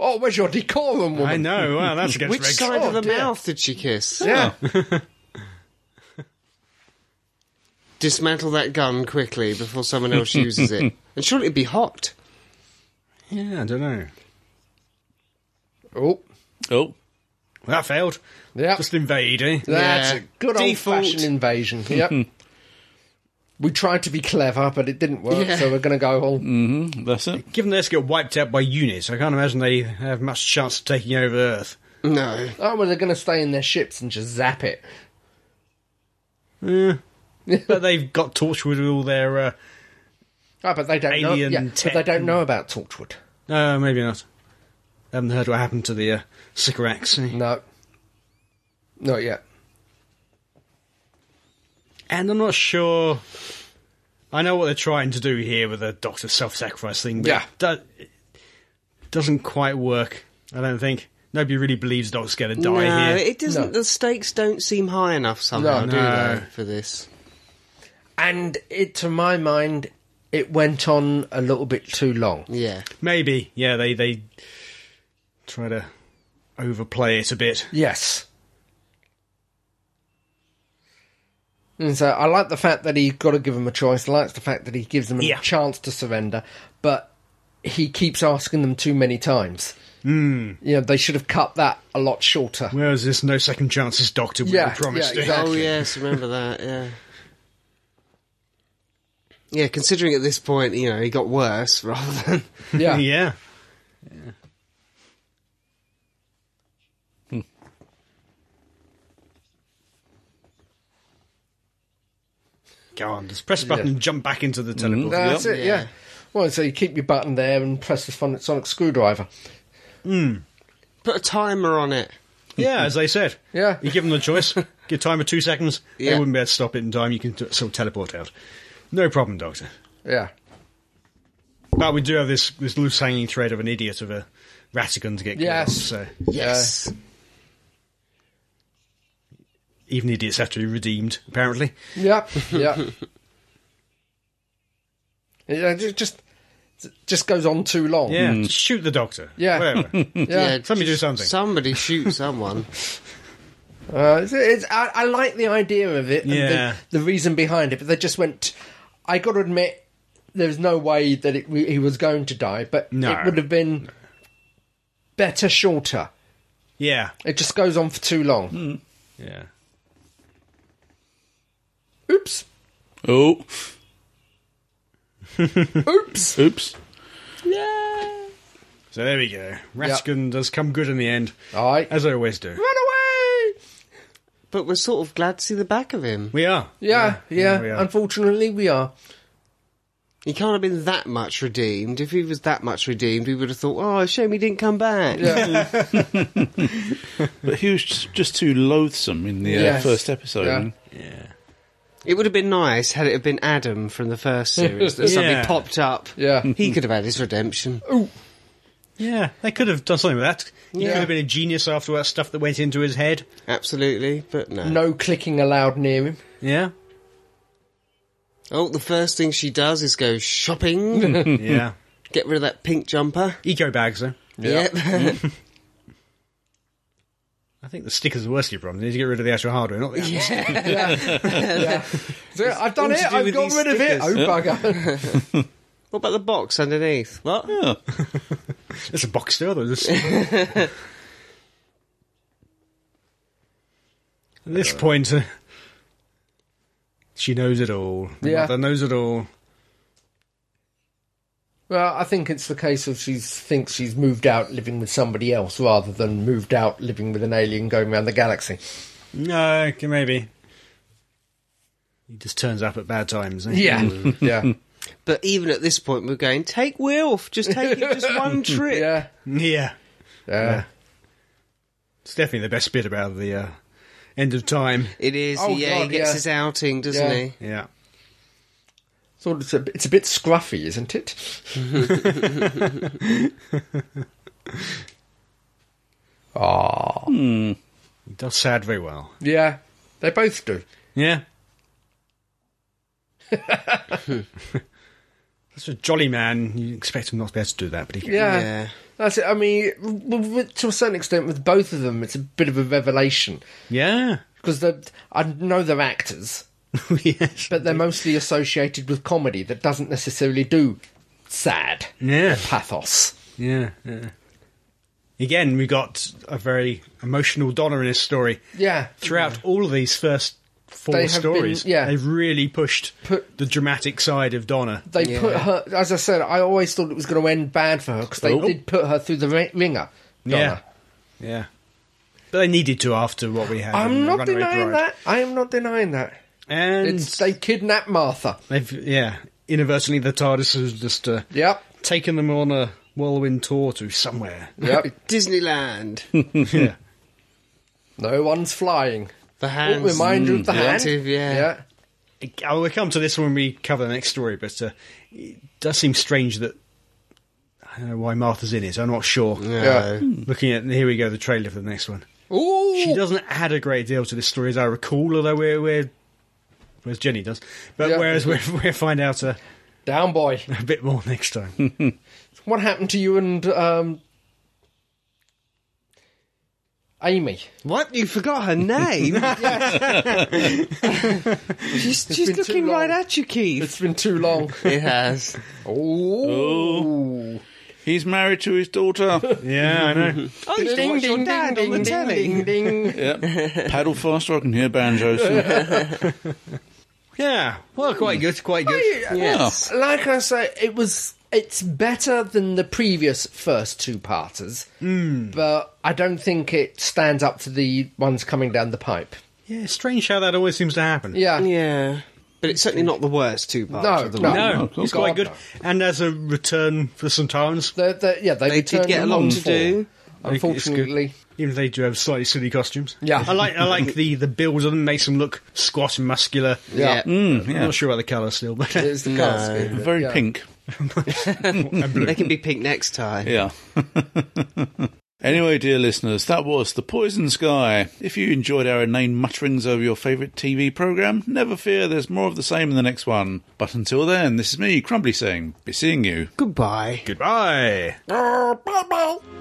Speaker 3: Oh, where's your decorum, woman?
Speaker 4: I know. Well, that's against
Speaker 2: Which
Speaker 4: regs.
Speaker 2: side
Speaker 3: Oh,
Speaker 2: of the
Speaker 3: dear.
Speaker 2: mouth did she kiss?
Speaker 3: Yeah,
Speaker 2: Dismantle that gun quickly before someone else uses it. And surely it'd be hot.
Speaker 4: Yeah, I don't know.
Speaker 3: oh,
Speaker 1: Oh.
Speaker 4: Well, that failed.
Speaker 3: yeah,
Speaker 4: Just invade, eh?
Speaker 3: that's
Speaker 2: Yeah.
Speaker 3: a good
Speaker 2: Default.
Speaker 3: old-fashioned invasion. Yep. we tried to be clever, but it didn't work,
Speaker 2: Yeah.
Speaker 3: so we're going to go all
Speaker 4: Mm.
Speaker 1: That's it.
Speaker 4: Given they just get wiped out by units, I can't imagine they have much chance of taking over Earth.
Speaker 2: No.
Speaker 3: Oh, well, they're going to stay in their ships and just zap it.
Speaker 4: Eh. but they've got Torchwood with all their. Uh,
Speaker 3: Oh, but they don't
Speaker 4: Alien
Speaker 3: know. Yeah, but
Speaker 4: tech
Speaker 3: they don't
Speaker 4: and-
Speaker 3: know about Torchwood.
Speaker 4: no, maybe not. Haven't heard what happened to the uh, Sycorax. eh?
Speaker 3: No, not yet.
Speaker 4: And I'm not sure. I know what they're trying to do here with the Doctor self sacrifice thing, but
Speaker 3: Yeah.
Speaker 4: it do- it doesn't quite work, I don't think. nobody really believes Doc's going to die
Speaker 2: no,
Speaker 4: here.
Speaker 2: it doesn't.
Speaker 3: No.
Speaker 2: The stakes don't seem high enough somehow,
Speaker 3: No.
Speaker 2: do
Speaker 4: No.
Speaker 2: they, for this?
Speaker 3: And it, to my mind, it went on a little bit too long.
Speaker 2: Yeah.
Speaker 4: Maybe, yeah, they they try to overplay it a bit.
Speaker 3: Yes. And so I like the fact that he's got to give him a choice. I like the fact that he gives them a
Speaker 4: Yeah.
Speaker 3: chance to surrender, but he keeps asking them too many times. Mm. You know, they should have cut that a lot shorter.
Speaker 4: Whereas this no second chances doctor we
Speaker 3: Yeah,
Speaker 4: were promised.
Speaker 3: yeah,
Speaker 4: it.
Speaker 3: exactly.
Speaker 2: Oh yes, remember that? Yeah. Yeah, considering at this point, you know, he got worse rather than
Speaker 3: Yeah.
Speaker 4: yeah. Go on, just press the button
Speaker 3: Yeah. Mm,
Speaker 4: and jump back into the teleport.
Speaker 3: That's
Speaker 2: Yep. Yeah.
Speaker 3: it, yeah. Well, so you keep your button there and press the phon- sonic screwdriver.
Speaker 2: put a timer on it.
Speaker 4: Yeah, as they said.
Speaker 3: Yeah.
Speaker 4: You give them the choice, give time of two seconds, they
Speaker 2: Yeah.
Speaker 4: wouldn't be able to stop it in time, you can t- still teleport out. No problem, Doctor.
Speaker 3: Yeah.
Speaker 4: But we do have this, this loose hanging thread of an idiot of a Ratigan to get killed
Speaker 3: Yes.
Speaker 4: off, so
Speaker 2: Yes.
Speaker 4: even idiots have to be redeemed, apparently.
Speaker 3: Yep. Yep. yeah. It just just goes on too long.
Speaker 4: Yeah, just shoot the Doctor.
Speaker 3: Yeah.
Speaker 4: Whatever.
Speaker 3: Yeah.
Speaker 4: Somebody do
Speaker 2: just-
Speaker 4: something.
Speaker 2: Somebody shoot someone.
Speaker 3: Uh, it's, it's, I, I like the idea of it and
Speaker 4: Yeah.
Speaker 3: the, the reason behind it, but they just went. I got to admit, there's no way that it, he was going to die, but
Speaker 4: No.
Speaker 3: it would have been better shorter.
Speaker 4: yeah.
Speaker 3: It just goes on for too long.
Speaker 4: Yeah.
Speaker 3: Oops.
Speaker 1: Oh,
Speaker 3: Oops.
Speaker 1: oops.
Speaker 4: So there we go. Ratigan does come good in the end,
Speaker 3: All right.
Speaker 4: as I always do.
Speaker 3: Run away!
Speaker 2: but we're sort of glad to see the back of him.
Speaker 4: We are.
Speaker 3: Yeah, yeah.
Speaker 4: we are.
Speaker 3: Unfortunately, we are.
Speaker 2: He can't have been that much redeemed. If he was that much redeemed, we would have thought, oh, shame he didn't come back.
Speaker 3: Yeah.
Speaker 1: But he was just, just too loathsome in the uh,
Speaker 3: Yes.
Speaker 1: first episode.
Speaker 3: Yeah.
Speaker 2: It would have been nice had it have been Adam from the first series that
Speaker 4: Yeah.
Speaker 2: suddenly popped up.
Speaker 3: Yeah.
Speaker 2: He could have had his redemption.
Speaker 4: Yeah, they could have done something with that. He
Speaker 3: Yeah.
Speaker 4: could have been a genius after all that stuff that went into his head.
Speaker 2: Absolutely, but no.
Speaker 3: no clicking allowed near him.
Speaker 4: Yeah.
Speaker 2: Oh, the first thing she does is go shopping.
Speaker 4: Yeah.
Speaker 2: Get rid of that pink jumper.
Speaker 4: Hmm. Eco bags, though.
Speaker 2: Yep.
Speaker 3: Mm.
Speaker 4: I think the sticker's the worst of your problem. You need to get rid of the actual hardware, not the
Speaker 3: So, I've done
Speaker 2: all
Speaker 3: it.
Speaker 2: to do
Speaker 3: I've
Speaker 2: with
Speaker 3: got
Speaker 2: these
Speaker 3: rid of it. Oh
Speaker 2: stickers.
Speaker 3: bugger!
Speaker 2: what about the box underneath? What?
Speaker 1: Yeah.
Speaker 4: It's a box still, though. This... At this point, uh, she knows it all. The
Speaker 3: Yeah.
Speaker 4: mother knows it all.
Speaker 3: well, I think it's the case of she thinks she's moved out living with somebody else rather than moved out living with an alien going around the galaxy.
Speaker 4: No, okay, maybe. He just turns up at bad times. eh?
Speaker 3: Yeah, Mm. yeah,
Speaker 2: But even at this point, we're going, take Wilf. Just take him just one trip.
Speaker 3: yeah.
Speaker 4: Yeah.
Speaker 3: Uh,
Speaker 4: It's definitely the best bit about the uh, end of time.
Speaker 2: It is.
Speaker 3: Oh,
Speaker 2: yeah, he
Speaker 3: God,
Speaker 2: gets
Speaker 3: yeah.
Speaker 2: his outing, doesn't
Speaker 3: Yeah.
Speaker 2: he?
Speaker 4: Yeah.
Speaker 3: sort of, it's a, bit- it's a bit scruffy, isn't it? Ah,
Speaker 4: He does sad very well.
Speaker 3: yeah. They both do.
Speaker 4: Yeah. That's a jolly man. You expect him not to be able to do that, but he can.
Speaker 3: Yeah.
Speaker 2: Yeah.
Speaker 3: That's it. I mean, w- w- to a certain extent, with both of them, it's a bit of a revelation
Speaker 4: Yeah.
Speaker 3: because they're- I know they're actors,
Speaker 4: yes.
Speaker 3: but they're mostly associated with comedy that doesn't necessarily do sad
Speaker 4: Yeah.
Speaker 3: pathos.
Speaker 4: Yeah. yeah. Again, we got a very emotional Donna in this story.
Speaker 3: Yeah,
Speaker 4: Throughout all of these first four
Speaker 3: They have been-
Speaker 4: stories,
Speaker 3: yeah.
Speaker 4: they've really pushed
Speaker 3: Put-
Speaker 4: the dramatic side of Donna.
Speaker 3: they
Speaker 2: Yeah.
Speaker 3: put her. As I said, I always thought it was going to end bad for her because they
Speaker 1: Oh.
Speaker 3: did put her through the ri- ringer. Donna.
Speaker 4: Yeah. Yeah. But they needed to after what we had. in
Speaker 3: I'm
Speaker 4: the
Speaker 3: not
Speaker 4: Runaway
Speaker 3: denying
Speaker 4: Bride.
Speaker 3: that. I am not denying that.
Speaker 4: And
Speaker 3: It's they kidnapped Martha.
Speaker 4: they've, yeah, inadvertently the TARDIS has just uh,
Speaker 3: Yep.
Speaker 4: taken them on a whirlwind tour to somewhere.
Speaker 3: Yep.
Speaker 2: Disneyland.
Speaker 4: yeah.
Speaker 3: no one's flying.
Speaker 2: The
Speaker 3: Oh,
Speaker 2: hands.
Speaker 3: reminder of the hand.
Speaker 2: relative, yeah.
Speaker 3: Yeah.
Speaker 4: I will come to this when we cover the next story, but uh, it does seem strange that uh, why Martha's in it. I'm not sure.
Speaker 2: No.
Speaker 4: Looking at here we go, the trailer for the next one.
Speaker 2: Ooh.
Speaker 4: She doesn't add a great deal to this story, as I recall. Although we're, we're whereas Jenny does, but
Speaker 3: Yeah.
Speaker 4: whereas we're, we're find out a,
Speaker 3: Down, boy.
Speaker 4: a bit more next time.
Speaker 3: What happened to you and um, Amy?
Speaker 2: What? You forgot her name? she's she's
Speaker 3: been too
Speaker 2: looking right
Speaker 3: long.
Speaker 2: at you, Keith.
Speaker 3: It's been too long.
Speaker 2: It has.
Speaker 1: Oh. He's married to his daughter.
Speaker 4: yeah, I know.
Speaker 2: Oh, you didn't watch your dad on the telly.
Speaker 3: ding, ding, ding.
Speaker 1: yep. Paddle faster, I can hear banjos.
Speaker 4: Yeah, well, quite good, quite
Speaker 2: Oh,
Speaker 4: good.
Speaker 2: Yes.
Speaker 3: Like I say, it was. It's better than the previous first two parters,
Speaker 2: Hmm.
Speaker 3: but I don't think it stands up to the ones coming down the pipe.
Speaker 4: Yeah, strange how that always seems to happen.
Speaker 3: Yeah,
Speaker 2: Yeah. Ah. But it's certainly not the worst two parts
Speaker 3: No,
Speaker 2: of the
Speaker 3: no.
Speaker 2: lot.
Speaker 4: No,
Speaker 1: Oh,
Speaker 4: it's
Speaker 1: God,
Speaker 4: quite good.
Speaker 3: no.
Speaker 4: And as a return for St. Tyrans,
Speaker 3: They- they- yeah, they,
Speaker 2: They did
Speaker 3: turned
Speaker 2: get a
Speaker 3: them
Speaker 2: lot
Speaker 3: on
Speaker 2: to
Speaker 3: for,
Speaker 2: do.
Speaker 4: Like, it's good.
Speaker 3: Unfortunately,
Speaker 4: even if they do have slightly silly costumes.
Speaker 3: Yeah.
Speaker 4: I like I like the the build of them makes them look squat and muscular.
Speaker 2: Yeah.
Speaker 1: Mm,
Speaker 4: I'm
Speaker 1: yeah.
Speaker 4: not sure about the colour still, but
Speaker 3: it's the
Speaker 2: No.
Speaker 3: cast.
Speaker 1: Very pink.
Speaker 2: They can be pink next time.
Speaker 1: Yeah. anyway, dear listeners, that was The Poison Sky. If you enjoyed our inane mutterings over your favourite TV programme, never fear, there's more of the same in the next one. But until then, this is me, Crumbly, saying, be seeing you.
Speaker 2: Goodbye.
Speaker 4: goodbye.
Speaker 1: Goodbye.